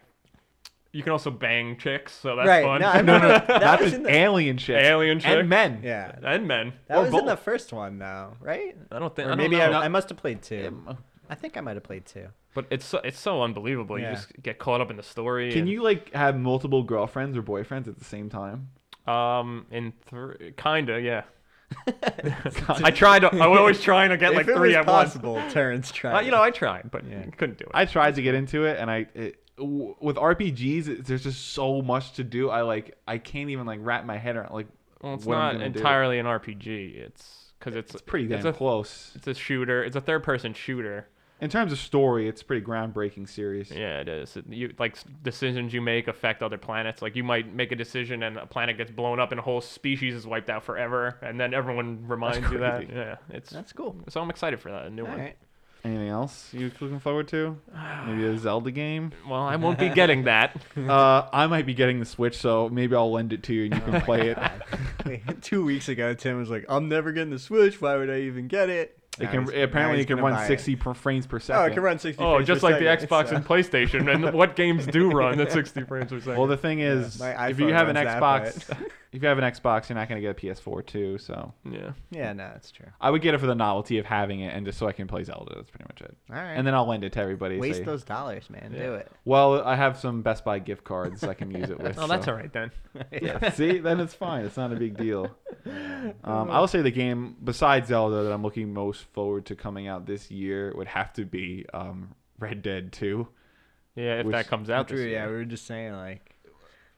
C: you can also bang chicks, so that's
A: right. *laughs*
C: fun. *laughs*
A: No, I remember, that
B: Not
A: was
B: just
A: in the,
B: alien shit.
C: Alien chick.
B: and men.
A: Yeah.
C: and men.
A: That
B: Or
A: was in
B: both.
A: the first one, though, right?
C: I don't think.
A: Or
C: I
A: maybe
C: don't know.
A: I, I must have played two.
B: Um,
A: I think I might have played two.
C: but it's so, it's so unbelievable.
A: Yeah.
C: You just get caught up in the story.
B: Can
C: and-
B: you like have multiple girlfriends or boyfriends at the same time?
C: Um, in three,
B: *laughs*
C: kinda, yeah. I tried. To, I was always trying to get like
A: if it
C: three
A: was
C: at
A: *laughs*
C: once.
A: possible, Terrence tried.
C: Uh, you know, I tried, but
A: Yeah.
C: couldn't do it.
B: I tried to get into it, and I it, w- with RPGs, it, there's just so much to do. I like I can't even like wrap my head around like.
C: well, it's
B: what I'm
C: not
B: gonna do.
C: entirely an RPG. It's because it's,
B: It's pretty damn
C: It's a,
B: close
C: it's a shooter. It's a third-person shooter.
B: in terms of story. It's a pretty groundbreaking series.
C: Yeah, it is. It- you like s- decisions you make affect other planets. Like you might make a decision and a planet gets blown up and a whole species is wiped out forever, and then everyone reminds you that.
B: crazy.
C: Yeah, it's
A: That's cool.
C: so I'm excited for that a new
A: All *laughs*
C: one.
A: right.
B: Anything else you're looking forward
A: *sighs*
B: to? Maybe a Zelda game.
C: Well, I won't be
A: *laughs*
C: getting that.
B: uh, I might be getting the Switch, so maybe I'll lend it to you
A: *laughs*
B: and
A: Oh
B: you can play it.
A: Two weeks ago, Tim was like, "I'm never getting the Switch. Why would I even get it?"
B: It
A: Now
B: can
A: he's- now
B: apparently
A: he's
B: it can
A: gonna
B: run
A: buy it.
B: 60 per frames per second.
A: Oh, it can run sixty.
C: Oh,
A: frames
C: just
A: per
C: like the
A: second, uh,
C: Xbox
A: so-
C: and PlayStation, and what games do run at
A: *laughs*
C: 60 frames per second?
B: Well, the thing is,
A: my
B: if you
A: iPhone
B: have an
A: runs that,
B: Xbox, *laughs* if you have an Xbox, you're not going to get a PS4 too. So
C: yeah,
A: *laughs* Yeah, no, that's true.
B: I would get it for the novelty of having it and just so I can play Zelda. That's pretty much it.
A: All right.
B: And then I'll lend it to everybody.
A: waste
B: say,
A: those dollars, man. Do it.
B: Well, I have some Best Buy gift cards I can use
A: *laughs*
B: it with.
C: oh, that's
B: so-
C: all right then.
B: Yeah, see, then it's fine. It's not a big
C: *laughs*
B: deal. Um, I will say the game besides Zelda that I'm looking most forward to coming out this year would have to be um, Red Dead 2.
C: Yeah, if
B: Which-
C: that comes out.
A: True.
C: This
A: Yeah,
C: year.
A: we were just saying like,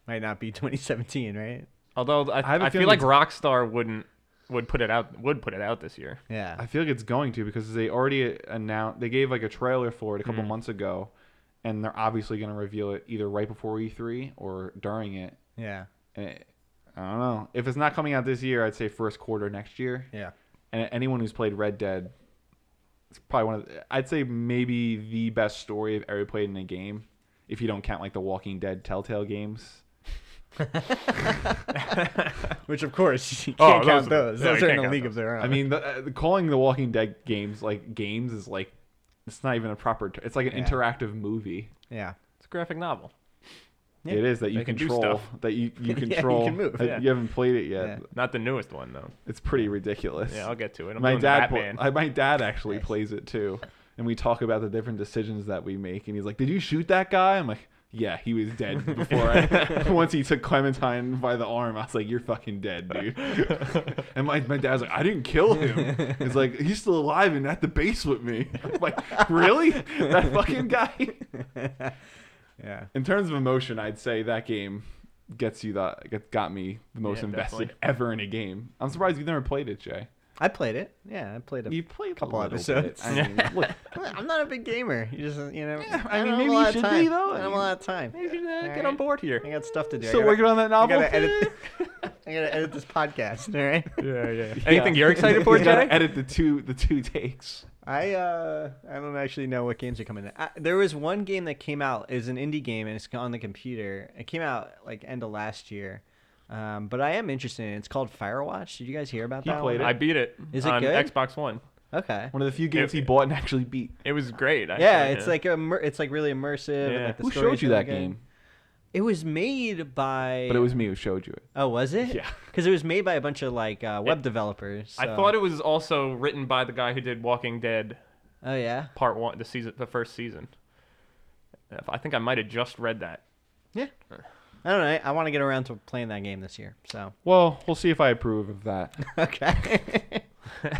A: might not be *laughs* 2017, right?
C: Although I,
B: I have a
C: I, feel
B: feeling
C: like
B: it's-
C: Rockstar wouldn't would put it out would put it out this year.
A: Yeah.
B: I feel like it's going to because they already announced they gave like a trailer for it a couple
C: Mhm.
B: months ago, and they're obviously going to reveal it either right before E3 or during it.
A: yeah.
B: And it- Eh, I don't know if it's not coming out this year. I'd say first quarter next year.
A: Yeah.
B: And anyone who's played Red Dead it's probably one of the, I'd say maybe the best story I've ever played in a game, if you don't count like the Walking Dead Telltale games.
A: Which, of course, *laughs* you
C: Oh,
A: can't count
C: those-
A: those.
C: yeah,
A: Those
C: you
A: are in
C: can't
A: a
C: count
A: league
C: those.
A: of their own.
B: I mean, the, uh, the- calling the Walking Dead games like games is like it's not even a proper. Ter- it's like an
A: Yeah.
B: interactive movie.
A: yeah.
C: It's a graphic novel.
A: Yeah.
B: It is that you
C: They can do
B: control
C: stuff.
B: that you you
A: Yeah, you
B: control.
A: can move,
B: that
C: yeah.
B: You haven't played it yet.
A: Yeah.
C: Not the newest one though.
B: It's pretty ridiculous.
C: Yeah, I'll get to it. I'm
B: my
C: doing the
B: dad,
C: Batman. *laughs*
B: I, my dad actually
A: Nice.
B: plays it too, and we talk about the different decisions that we make. And he's like, "Did you shoot that guy?" I'm like, "Yeah, he was dead before."
C: *laughs*
B: I, *laughs* once he took Clementine by the arm, I was like, "You're fucking dead,
C: *laughs*
B: dude." and my, my dad's like, "I didn't kill him." He's like, "He's still alive and at the base with me." I'm like, really? That fucking
C: *laughs*
B: guy?
A: Yeah.
B: In terms of emotion, I'd say that game gets you the get, got me the most
C: Yeah,
B: invested
C: definitely.
B: ever in a game. I'm surprised you've never played it, Jay.
A: I played it. Yeah, I played it.
B: You played a
A: couple
B: little bit.
A: episodes.
B: I mean, look,
A: *laughs* I'm not a big gamer. You just, you know,
B: Yeah, I
A: I,
B: mean,
A: don't have
B: maybe
A: a
B: you
A: lot of
B: should be,
A: time.
B: though.
A: I don't have a lot of time.
C: Maybe you should, uh,
A: All
C: get on
A: right.
C: board here.
A: I got stuff to do.
B: still
A: I gotta,
B: working on that
A: I
B: novel.
A: gotta edit. *laughs* I gotta edit this podcast. All right. *laughs*
C: Yeah, yeah.
B: *laughs* Yeah.
C: Anything you're excited for,
B: You gotta
C: Jay?
B: edit the two the two takes.
A: I uh, I don't actually know what games are coming. Out. I, there was one game that came out is an indie game and it's on the computer. It came out like end of last year, um, but I am interested. in it. It's called Firewatch. Did you guys hear about
B: He
A: that?
B: played
A: one?
C: I beat it
A: Is it
C: on
A: good?
C: Xbox One.
A: Okay.
B: One of the few games
C: Yeah.
B: he bought and actually beat.
C: It was great. Actually.
A: Yeah, it's like immer- it's like really immersive. And,
C: Yeah.
A: like, the
B: who
A: story's
B: showed you
A: really
B: that
A: good.
B: game?
A: It was made by.
B: But it was me who showed you it.
A: Oh, was it? *laughs*
B: Yeah.
A: Because it was made by a bunch of like uh, web developers.
C: I thought it was also written by the guy who did Walking Dead
A: Oh yeah.
C: Part One, the season, the first season. I think I might have just read that.
A: Yeah. I don't know. I, want to get around to playing that game this year. So. *laughs*
B: Well, we'll see if I approve of that.
C: *laughs*
A: Okay.
B: *laughs*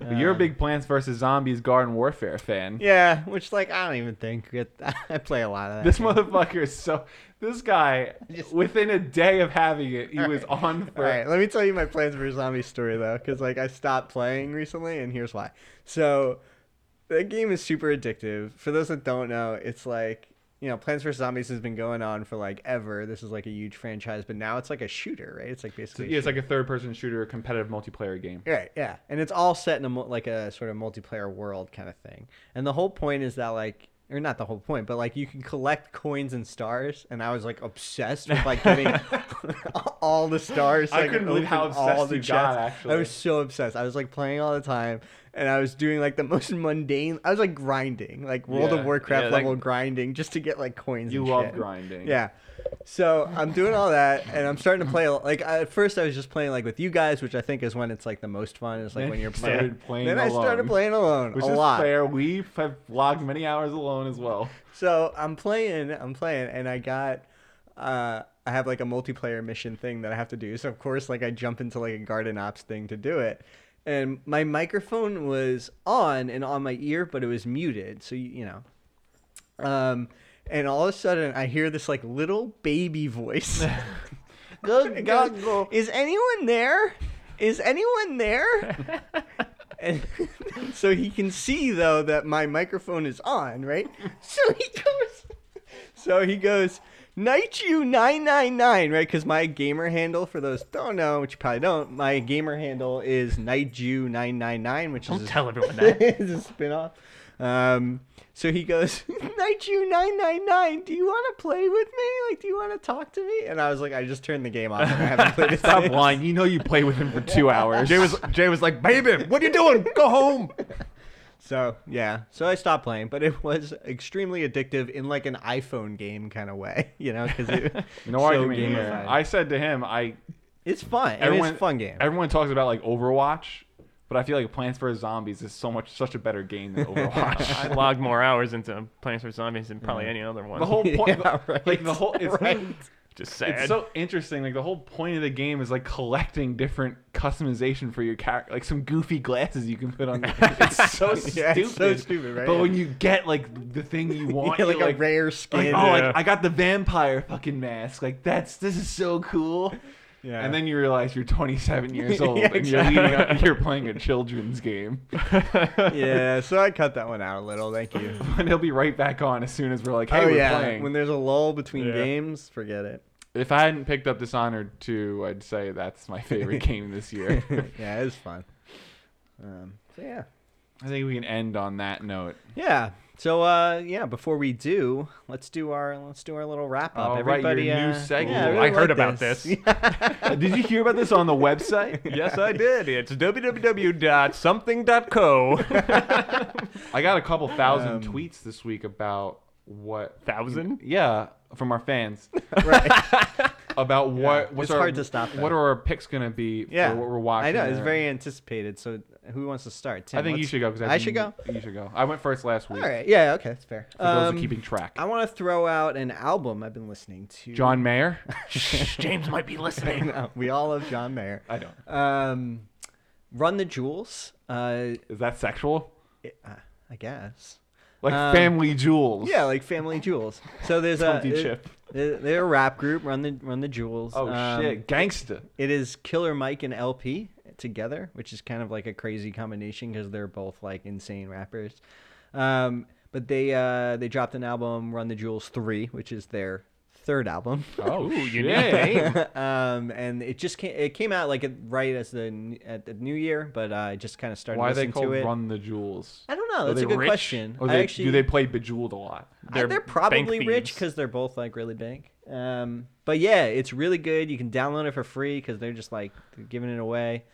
B: But you're a big Plants vs Zombies Garden Warfare fan.
A: Yeah, which like I don't even think it, *laughs* I play a lot of that.
B: *laughs* This
A: game.
B: motherfucker is so. This guy,
A: Just-
B: within a day of having it, he was on
A: All
B: for.
A: right, let me tell you my plans for zombie story though, because like I stopped playing recently, and here's why. So, that game is super addictive. For those that don't know, it's like you know, Plants vs Zombies has been going on for like ever. This is like a huge franchise, but now it's like a shooter, right? It's like
B: So,
A: basically a
B: yeah, it's like a third-person shooter, competitive multiplayer game.
A: Right, yeah, and it's all set in a mul- like a sort of multiplayer world kind of thing. And the whole point is that like, or not the whole point, but like you can collect coins and stars. And I was like obsessed with like
B: *laughs*
A: getting all the stars. so
B: I
A: could
B: couldn't believe how
A: open
B: obsessed you got,
A: chests.
B: actually.
A: I was so obsessed. I was like playing all the time, and I was doing like the most mundane. I was like grinding, like World
B: Yeah,
A: of Warcraft
C: yeah, that-
A: level grinding, just to get like coins.
B: You
A: and
B: love
A: shit.
B: grinding.
A: Yeah. So I'm doing all that, and I'm starting to play. Like at first, I was just playing like with you guys, which I think is when it's like the most fun. It's like when you're playing.
B: *laughs* Started playing
A: then I started
B: alone.
A: playing alone
B: Which
A: a
B: is
A: lot.
B: fair. We have logged many hours alone as well.
A: So I'm playing, I'm playing, and I got, uh, I have like a multiplayer mission thing that I have to do. So of course, like I jump into like a garden ops thing to do it, and my microphone was on and on my ear, but it was muted. So you, you know, um, and all of a sudden I hear this like little baby
C: *laughs*
A: voice. *laughs* It goes, Is anyone there? Is anyone
C: *laughs*
A: there? and *laughs* so he can see though that my microphone is on, right? *laughs* So he goes. *laughs* So he goes. Night you nine nine nine, right? Because my gamer handle, for those who don't know, which you probably don't, my gamer handle is night you nine nine nine, which
C: Don't
A: is
B: *laughs*
C: tell everyone *laughs* that.
A: it's a spin-off. Um, so he goes, *laughs* Night you 999, do you want to play with me? Like, do you want to talk to me? And I was like, I just turned the game off. And I haven't
B: *laughs*
A: played it
B: Stop
A: since. *laughs*
B: lying. You know you play with him for two hours.
C: Jay was Jay was like, "Baby, what are you doing? Go home."
A: *laughs* So, yeah. So I stopped playing, but it was extremely addictive in like an iPhone game kind of way, *laughs* you know, because it
B: *laughs* no
A: so
B: argument here.
A: gamified.
B: I said to him, I
A: it's fun. and it's a fun game.
B: Everyone talks about like Overwatch, but I feel like Plants vs Zombies is so much such a better
A: *laughs*
B: game than Overwatch.
C: I logged more hours into Plants vs Zombies than probably any other one.
B: the whole point,
A: *laughs* Yeah, right.
B: like the whole, it's,
A: *laughs* Right.
C: *laughs* just sad.
B: it's
C: *laughs*
B: so interesting. Like the whole point of the game is like collecting different customization for your character, like some goofy glasses you can put on. it's
A: *laughs*
B: so
A: Yeah,
B: stupid.
A: it's so stupid, right?
B: But when you get like the thing you want,
A: *laughs* Yeah,
B: you're
A: *laughs* like a rare skin.
B: Like, *laughs* oh,
C: Yeah.
B: like, I got the vampire fucking mask. Like that's this is so cool.
A: Yeah.
B: And then you realize you're 27 *laughs* years old
A: Yeah,
B: and you're leading up, you're playing a children's game. *laughs*
A: yeah, so I cut that one out a little. Thank
B: *laughs*
A: you.
B: and he'll be right back on as soon as we're like, hey,
A: oh
B: we're
A: yeah,
B: playing.
A: when there's a lull between
C: Yeah.
A: games, forget *laughs* it.
B: if I hadn't picked up Dishonored 2, I'd *laughs* say that's my favorite game this year.
A: yeah, it was fun. Um, so yeah,
B: I think we can end on that note.
A: Yeah. So uh, yeah, before we do, let's do our let's do our little wrap up.
B: All right, your
A: Everybody,
B: new
A: uh,
B: segment.
A: yeah, I,
B: Ooh,
A: really
C: I
A: like
C: heard about *laughs* this.
B: Uh, Did you hear about this on the website?
C: yes, I did. It's www.something.co.
B: *laughs* I got a couple thousand
A: Um,
B: tweets this week about what
C: *laughs* Thousand?
B: Yeah, from our fans
A: *laughs*
B: *laughs*
A: right.
B: about what what's
A: It's
B: our,
A: hard to stop that.
B: What are our picks gonna be
A: Yeah.
B: for what we're watching?
A: I know it's
B: or-
A: very anticipated. So who wants to start? Tim,
B: I think you
A: let's-
B: should go because
A: I should go.
B: You should go. I went first last
A: All
B: week.
A: right. Yeah. Okay. That's fair.
B: For those
A: Um,
B: who are keeping track,
A: I want to throw out an album I've been listening to.
B: John Mayer.
C: Shh, James might be
A: I
C: listening.
A: know, *laughs* we all love John Mayer.
B: I don't.
A: Um, Run the Jewels. Uh,
B: Is that sexual?
A: it, uh, I guess.
B: Like
A: Um,
B: Family Jewels.
A: Yeah, like Family Jewels. So there's a
B: Humpty
A: it-
B: Chip.
A: They're, they're a rap group. Run the Run the Jewels.
B: Oh
A: Um, *laughs*
B: shit, gangsta.
A: It is Killer Mike and LP together, which is kind of like a crazy combination because they're both like insane rappers. Um, but they uh, they dropped an album, Run the Jewels Three, which is their third
B: *laughs*
A: album.
B: Oh,
C: you
B: shit.
C: need
A: *laughs* um, and it just came, it came out like at- right as the n- at the new year, but uh, I just kind of started
B: Why are they
A: listening
B: called
A: to it.
B: Run the Jewels?
A: I don't know.
B: Are
A: That's a
B: they
A: good
B: rich?
A: question.
B: Or
A: I
B: they,
A: actually
B: do they play Bejeweled a lot?
A: I- they're,
C: They're bank
A: probably
C: thieves.
A: rich because they're both like really big. Um, but yeah, it's really good. You can download it for free because they're just like they're giving it away.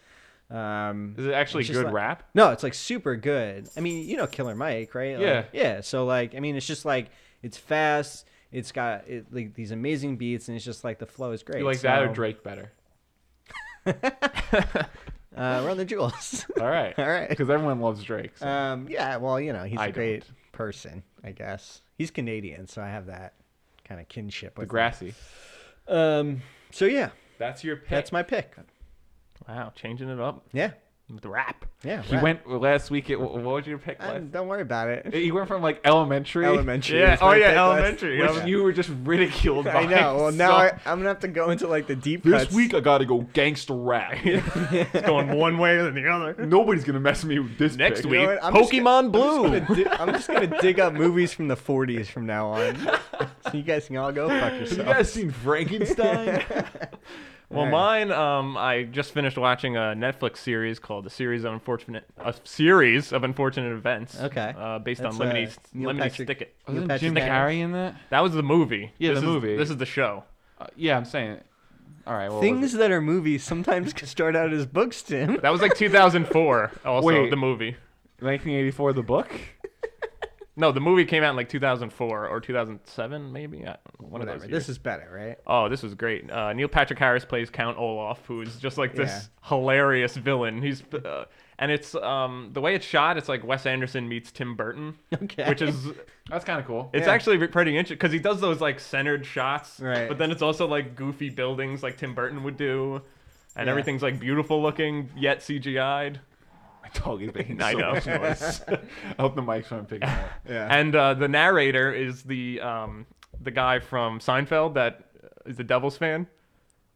A: Um,
B: Is it actually
A: it's just
B: good
A: like-
B: rap?
A: No, it's like super good. I mean, you know Killer Mike, right? Like,
B: Yeah.
A: Yeah. So like, I mean, it's just like it's fast. It's got it, like these amazing beats, and it's just like the flow is great.
B: You like that or
A: So,
B: Drake better?
A: Uh, we're on the jewels. *laughs*
B: All right.
A: All
B: *laughs*
A: right.
B: Because everyone loves Drake. so-
A: um, yeah. Well, you know, he's a
B: I
A: great person, I guess. He's Canadian, so I have that kind of kinship with him.
B: Degrassi.
A: Um. So yeah,
B: That's your pick.
A: that's my pick.
C: Wow, changing it up
A: Yeah.
C: with rap.
A: Yeah.
B: He
A: rap.
B: went last week. At, what was your pick?
A: Uh,
B: Last?
A: don't worry about it.
B: He went from like
A: *laughs*
B: elementary.
A: Elementary.
C: Yeah,
A: is my
C: oh, yeah,
A: pick last-
C: elementary.
B: Which
C: Yeah.
B: you were just ridiculed
A: *laughs*
B: by.
A: I know.
B: *laughs*
A: Well, now
B: so-
A: I, I'm gonna have to go into like the deep
B: This
A: cuts.
B: week I gotta go
A: *laughs*
B: gangster rap.
C: It's going one way or the other.
B: Nobody's gonna mess me with this
C: Next
B: pick.
C: week,
A: know what? I'm just
C: Pokemon Blue.
A: I'm just, gonna di- I'm just gonna dig up movies from the 40s from now on. *laughs* So you guys can all go fuck *laughs*
B: Have you
A: yourself.
B: guys
A: *laughs*
B: seen Frankenstein?
C: Well, mine. Um, I just finished watching a Netflix series called "A Series of Unfortunate," a series of unfortunate events.
A: Okay.
C: Uh, based
A: That's,
C: on Lemony,
A: uh, Neil
C: Lemony
A: Patrick-
C: Sticket.
A: Wasn't Jim Carrey
B: in that?
C: That was the movie.
B: Yeah,
C: This
B: the
C: is-
B: movie.
C: This is the show.
B: Uh, yeah, I'm saying it. All right. Well,
A: Things that are movies sometimes can start out as books,
C: *laughs*
A: Tim.
C: That was like
A: *laughs*
C: 2004. Also,
B: Wait.
C: the movie.
B: 1984, the book.
C: No, the movie came out in like 2004 or 2007, maybe. I- One of
A: Whatever.
C: those.
A: This
C: years.
A: is better, right?
C: Oh, this was great. Uh, Neil Patrick Harris plays Count Olaf, who is just like this hilarious villain. He's uh, and it's um, the way it's shot. It's like Wes Anderson meets Tim Burton,
A: *laughs* Okay.
C: which is
B: That's kind of cool.
C: it's
A: Yeah.
C: actually re- pretty interesting because he does those like centered shots,
A: Right.
C: But then it's also like goofy buildings like Tim Burton would do, and
A: Yeah.
C: everything's like beautiful looking yet CGI'd.
B: My dog is *laughs* making
C: I
B: so
C: know.
B: much *laughs* noise. I hope the mics aren't picking up.
A: Yeah.
C: And uh, the narrator is the um, the guy from Seinfeld that is the Devils fan.
B: *laughs*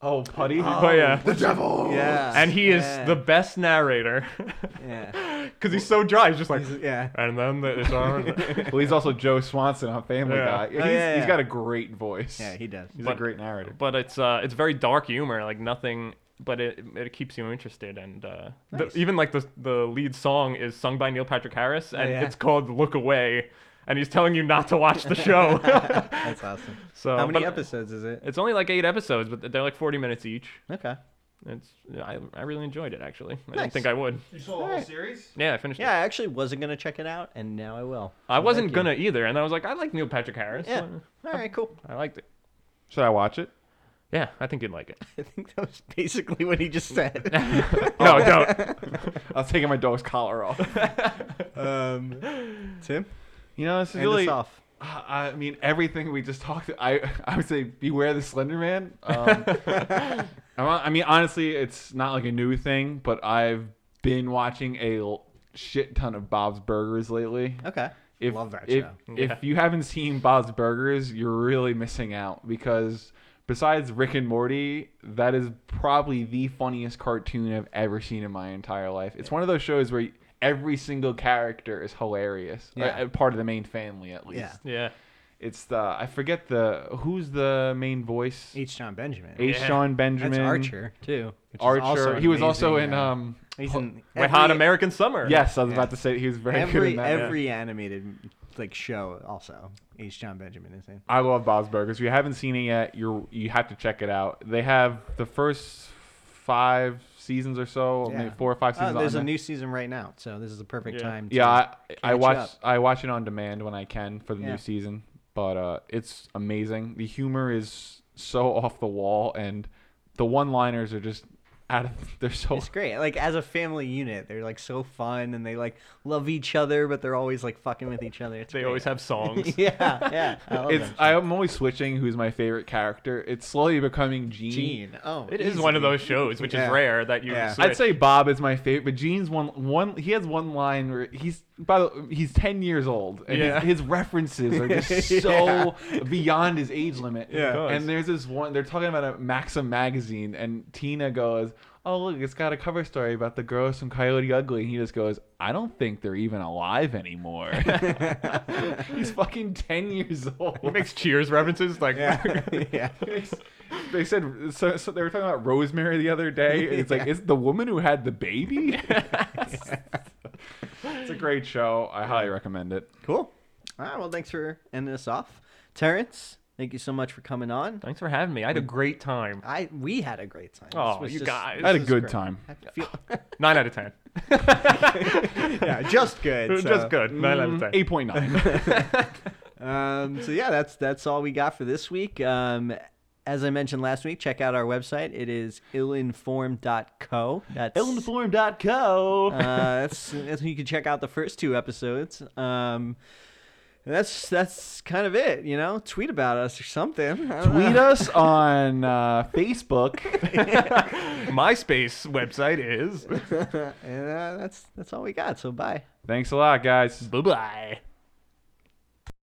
B: Oh, putty.
C: but yeah,
B: The devil.
A: yeah.
C: and he is
A: Uh, yeah,
C: the best narrator *laughs*
A: Yeah.
C: because he's so dry. He's just like,
A: He's- yeah.
C: and then the,
A: *laughs*
C: it's on.
B: Well, he's also Joe Swanson on Family
C: Yeah.
B: Guy. He's,
A: yeah, Oh, yeah.
B: he's got a great voice.
A: Yeah, he does.
B: he's a
C: But-
B: great narrator.
C: but it's uh, it's very dark humor, like nothing. But it it keeps you interested, and uh,
A: Nice. Oh,
C: the, even like the the lead song is sung by Neil Patrick Harris, and
A: yeah.
C: it's called "Look Away," and he's telling you not to watch
A: *laughs*
C: the show.
A: That's awesome.
C: *laughs* so
A: How many
C: Uh, but
A: episodes is it?
C: It's only like eight episodes, but they're like forty minutes each.
A: Okay.
C: It's I, I really enjoyed it actually. I
A: Nice.
C: didn't think I would.
D: You saw the whole series?
C: Yeah, I finished
A: Yeah,
C: it.
A: I actually wasn't gonna check it out, and now I will.
C: I wasn't
A: you.
C: gonna either, and I was like, I like Neil Patrick Harris.
A: Yeah. All right, cool.
C: I liked it.
B: Should I watch it?
C: Yeah, I think you'd like
A: *laughs*
C: it.
A: *laughs* I think that was basically what he just said.
C: no,
A: *laughs*
C: don't.
B: I was taking my dog's collar off.
A: um, Tim,
B: You know, this is
A: end
B: really.
A: us off.
B: I I mean, everything we just talked. I I would say beware the Slender Man.
A: *laughs*
B: Um, I'm not- I mean, honestly, it's not like a new thing, but I've been watching a l- shit ton of Bob's Burgers lately.
A: Okay.
B: If,
A: Love that
B: if,
A: show.
B: If
C: Yeah.
B: you haven't seen Bob's Burgers, you're really missing out because besides Rick and Morty, that is probably the funniest cartoon I've ever seen in my entire life. It's one of those shows where every single character is hilarious, or,
A: Yeah.
B: uh, part of the main family at least.
A: Yeah.
C: Yeah.
B: It's the I forget the who's the main voice.
A: H. John Benjamin.
B: H.
C: Yeah.
B: Sean Benjamin.
A: That's Archer too. which is
B: Archer.
A: also
B: he was also
A: amazing,
B: in
A: uh,
B: um
A: He's in
C: Wet Hot American Summer.
B: Yes, I was
A: Yeah.
B: about to say he was very good
A: every
B: in that.
A: every animated like show also. H. John Benjamin is in.
B: I love Bob's Burgers. If you haven't seen it yet, you're you have to check it out. They have the first five seasons or so,
A: Yeah.
B: maybe four or five
A: Oh,
B: seasons.
A: there's a
B: on there.
A: new season right now, so this is the perfect
C: Yeah.
A: time. To,
B: Yeah, I, I
A: catch
B: watch
A: up.
B: I watch it on demand when I can for the
A: Yeah.
B: new season. But uh, it's amazing. The humor is so off the wall, and the one-liners are just out of. *laughs* They're
A: *laughs*
B: so
A: It's great. Like as a family unit, they're like so fun and they like love each other, but they're always like fucking with each other. It's
C: They
A: great. *laughs*
C: always have songs.
A: yeah, yeah. I love
B: It's
A: that show.
B: I'm always switching who's my favorite character. It's slowly becoming Gene.
A: Gene. Oh,
C: It is one of
A: easy.
C: those shows, which
A: Yeah.
C: is rare that you.
A: Yeah.
C: switch.
B: I'd say Bob is my favorite, but Gene's one one. He has one line where he's by the he's ten years old, and
C: Yeah.
B: his, his references
A: *laughs*
B: are just so beyond his age limit.
A: Yeah. Of course.
B: and there's this one they're talking about a Maxim magazine, and Tina goes, "Oh look, it's got a cover story about the girls from Coyote Ugly," and he just goes, "I don't think they're even
A: *laughs*
B: alive anymore." *laughs* he's fucking ten years old.
C: He makes Cheers references like.
A: Yeah, *laughs* yeah.
B: They said so, so. They were talking about Rosemary the other day. And
A: *laughs*
B: it's like, is the woman who had the baby? it's a great show. I highly recommend it.
A: Cool. All right. Well, thanks for ending us off, Terrence. Thank you so much for coming on.
C: *laughs* Thanks for having me. I had a great time.
A: I we had a great time. This
C: Oh,
A: was
C: you guys.
B: I had a
A: this was
B: good
A: great.
B: time.
A: I feel,
C: *laughs* Nine out of ten.
A: yeah, just good. so-
C: *laughs* Just good. Mm. Nine out of ten.
B: Eight
A: *laughs*
B: point nine.
A: um, so yeah, that's that's all we got for this week. Um, as I mentioned last week, check out our website. It is illinformed.co. That's
B: Illinform.co.
A: uh, that's, that's when you can check out the first two episodes. Um, and that's that's kind of it, you know. Tweet about us or something. I don't
B: Tweet
A: know.
B: us on uh,
A: *laughs*
B: Facebook.
A: mm.
C: MySpace website is.
A: *laughs* and uh, that's that's all we got. So bye.
B: Thanks a lot, guys.
C: Bye bye.